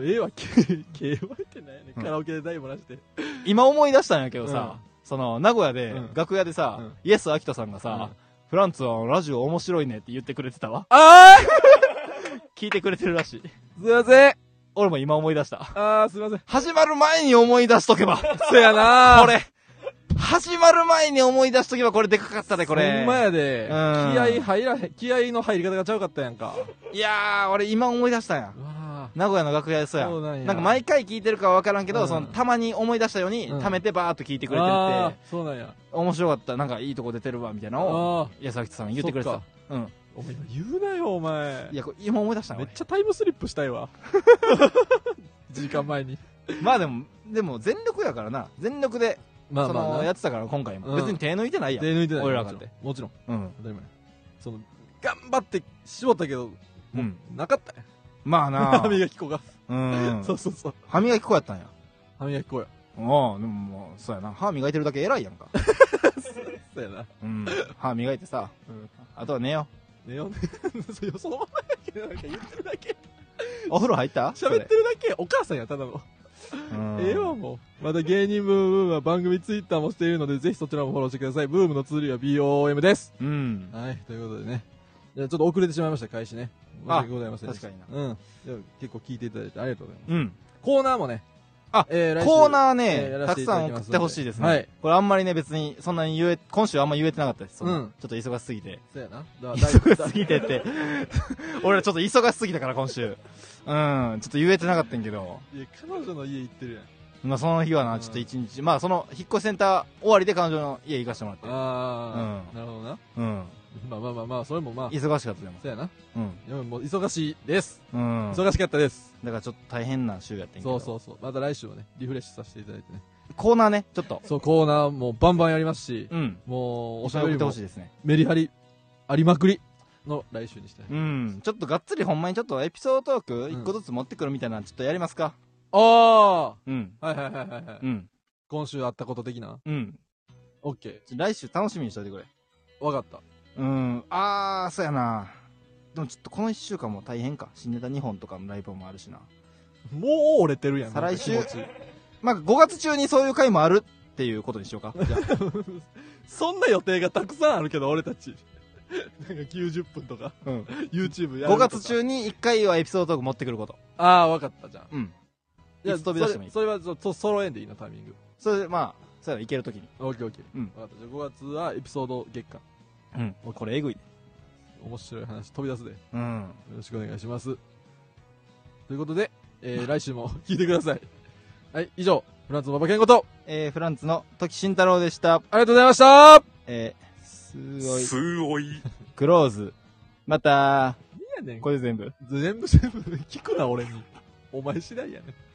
うええわ、K- KY ってないねん。
うん
カラオケで台漏らして。
今思い出したんやけどさ、その、名古屋で、
うん
楽屋でさ、
うん
イエス・アキトさんがさ、
うん
フランツはラジオ面白いねって言ってくれてたわ。
あ ー
聞いてくれてるらしい。
すいません。
俺も今思い出した。
あー、すいま せん。
始まる前に思い出しとけば。
そやなー。
これ。始まる前に思い出しとけばこれでかかったで、これ。
ほんまやで。
ん
気合入らへん、気合の入り方がちゃうかったやんか。
いやー、俺今思い出したんや
う。わ
名古屋の楽屋でそうや。
そうなんや
か毎回聞いてるかは分からんけど、
うん
その、たまに思い出したように、
うん
貯めてバーっと聞いて
ー
くれてる
あ
って、
ーそうなんや。
面白かった、なんかいいとこ出てるわ、みたいな
あ
のを、
あー。
矢崎さん言ってくれて
そ
た
っか。
うん。
お前今言うなよ、お前
い。や、これ今思い出したん
めっ
俺
ちゃタイムスリップしたい わ。時間前に。
まあでも、でも全力やからな。全力で、
ま
その、や
や
ってたから今回も。
うん
別に手抜いてないやん。
手抜いてない。
俺ら
も
だっ
ち
て
ろん。もちろん。
うん。
当たり前。その、頑張って絞ったけど、
う
も
ん
う、なかったよ。
まあな
歯磨き粉が。
うん。
そうそうそう。
歯磨き粉やったんや。
歯磨き粉や。
ああ、でももう、そうやな。歯磨いてるだけ偉いやんか。
そうやな。
うん。歯磨いてさ、
うん。
あとは寝よ
寝よう。 そうよそのままやけど、なんか言ってるだけ。
う。お風呂入った
喋ってるだけ。お母さんや、ただの。
それ
ええわ、
うん
もう。また芸人ブームブームは番組ツイッターもしているので、ぜひそちらもフォローしてください。ブームのツールは BOM です。
うん。
はい、ということでね。じゃあちょっと遅れてしまいました、開始ね。申し
あ
訳ございませんでした。
確か
にな。うん。でも結構聞いていただいてありがとうございます。
うん。
コーナーもね。
あ、
え来週
コーナー
えー
ね
や、ら
たく
せいだ
さ
き
ん
ま
送
す
ってほしいですね。
はい。
これあんまりね、別に、そんなに言え、今週あんま言えてなかったです。そ
うん
ちょっと忙しすぎて。
そうやな。だから
忙しすぎてって。 俺らちょっと忙しすぎたから、今週。うん。ちょっと言えてなかったんやけど。
いや彼女の家行ってるやん。
まあ、その日は
う
な、
ん
ちょっと一日、まあ、その、引っ越しセンター終わりで彼女の家行かせてもらっ
あ
う
あ、
ん
なるほどな。
て。うん。
まあまあまあまあ、それもまあ、
忙しかったでも。
そうやな。
うん。
でももう忙しいです。
うん。
忙しかったです。
だからちょっと大変な週やってんけ
そ
ど。
うそうそう。また来週はね、リフレッシュさせていただいてね。
コーナーね、ちょっと。
そう、コーナーもバンバンやりますし、
うん。
もう、
お
お
し
し
ゃ
ゃ
べ
べ
り
り
てほ
も
しいですね。
メリハリありまくりの来週にしたい。
うん。ちょっとがっつりほんまにちょっとエピソードトーク
うん
一個ずつ持ってくるみたいなのちょっとやりますか。
あ
うん。
あはいはいはいはいはい。
うん。
今週あったこと的な。
うん。
オッケ
ちょ来週楽しみにしといてくれ。
ー。わかった。
うん。あー、そうやな。でもちょっとこの一週間も大変か。新ネタ2本とかのライブもあるしな。
もう折れてるやん。
再来週
なんか気持ち
まあ、5月中にそういう回もあるって いうことにしようか。じゃあ
そんな予定がたくさんあるけど、俺たち。なんか90分とか、
うん
YouTube やるとか。
5月中に1回はエピソードトーク持ってくること。
ああ、わかった、じゃあ。
うん。
いや
いつ飛び出してもいい
それそれはそ、そ、揃えんでいいな、タイミング。
それで、まあ、そうやな、いけるときに。
オッケーオッケー。
うん
わかった。じゃあ5月はエピソード月間。
うん。これえぐい。
面白い話飛び出すで。よ
うん。
ろしくお願いします。ということで、え ー、来週も聞いてください。はい、以上、フランスの馬場健吾と、
えー、フランツの時慎太郎でした。
ありがとうございました
えー、すごい。
すごい。
クローズ。また、
いやね
これで全部。
全部全部聞くな、俺に。お前次第やねん。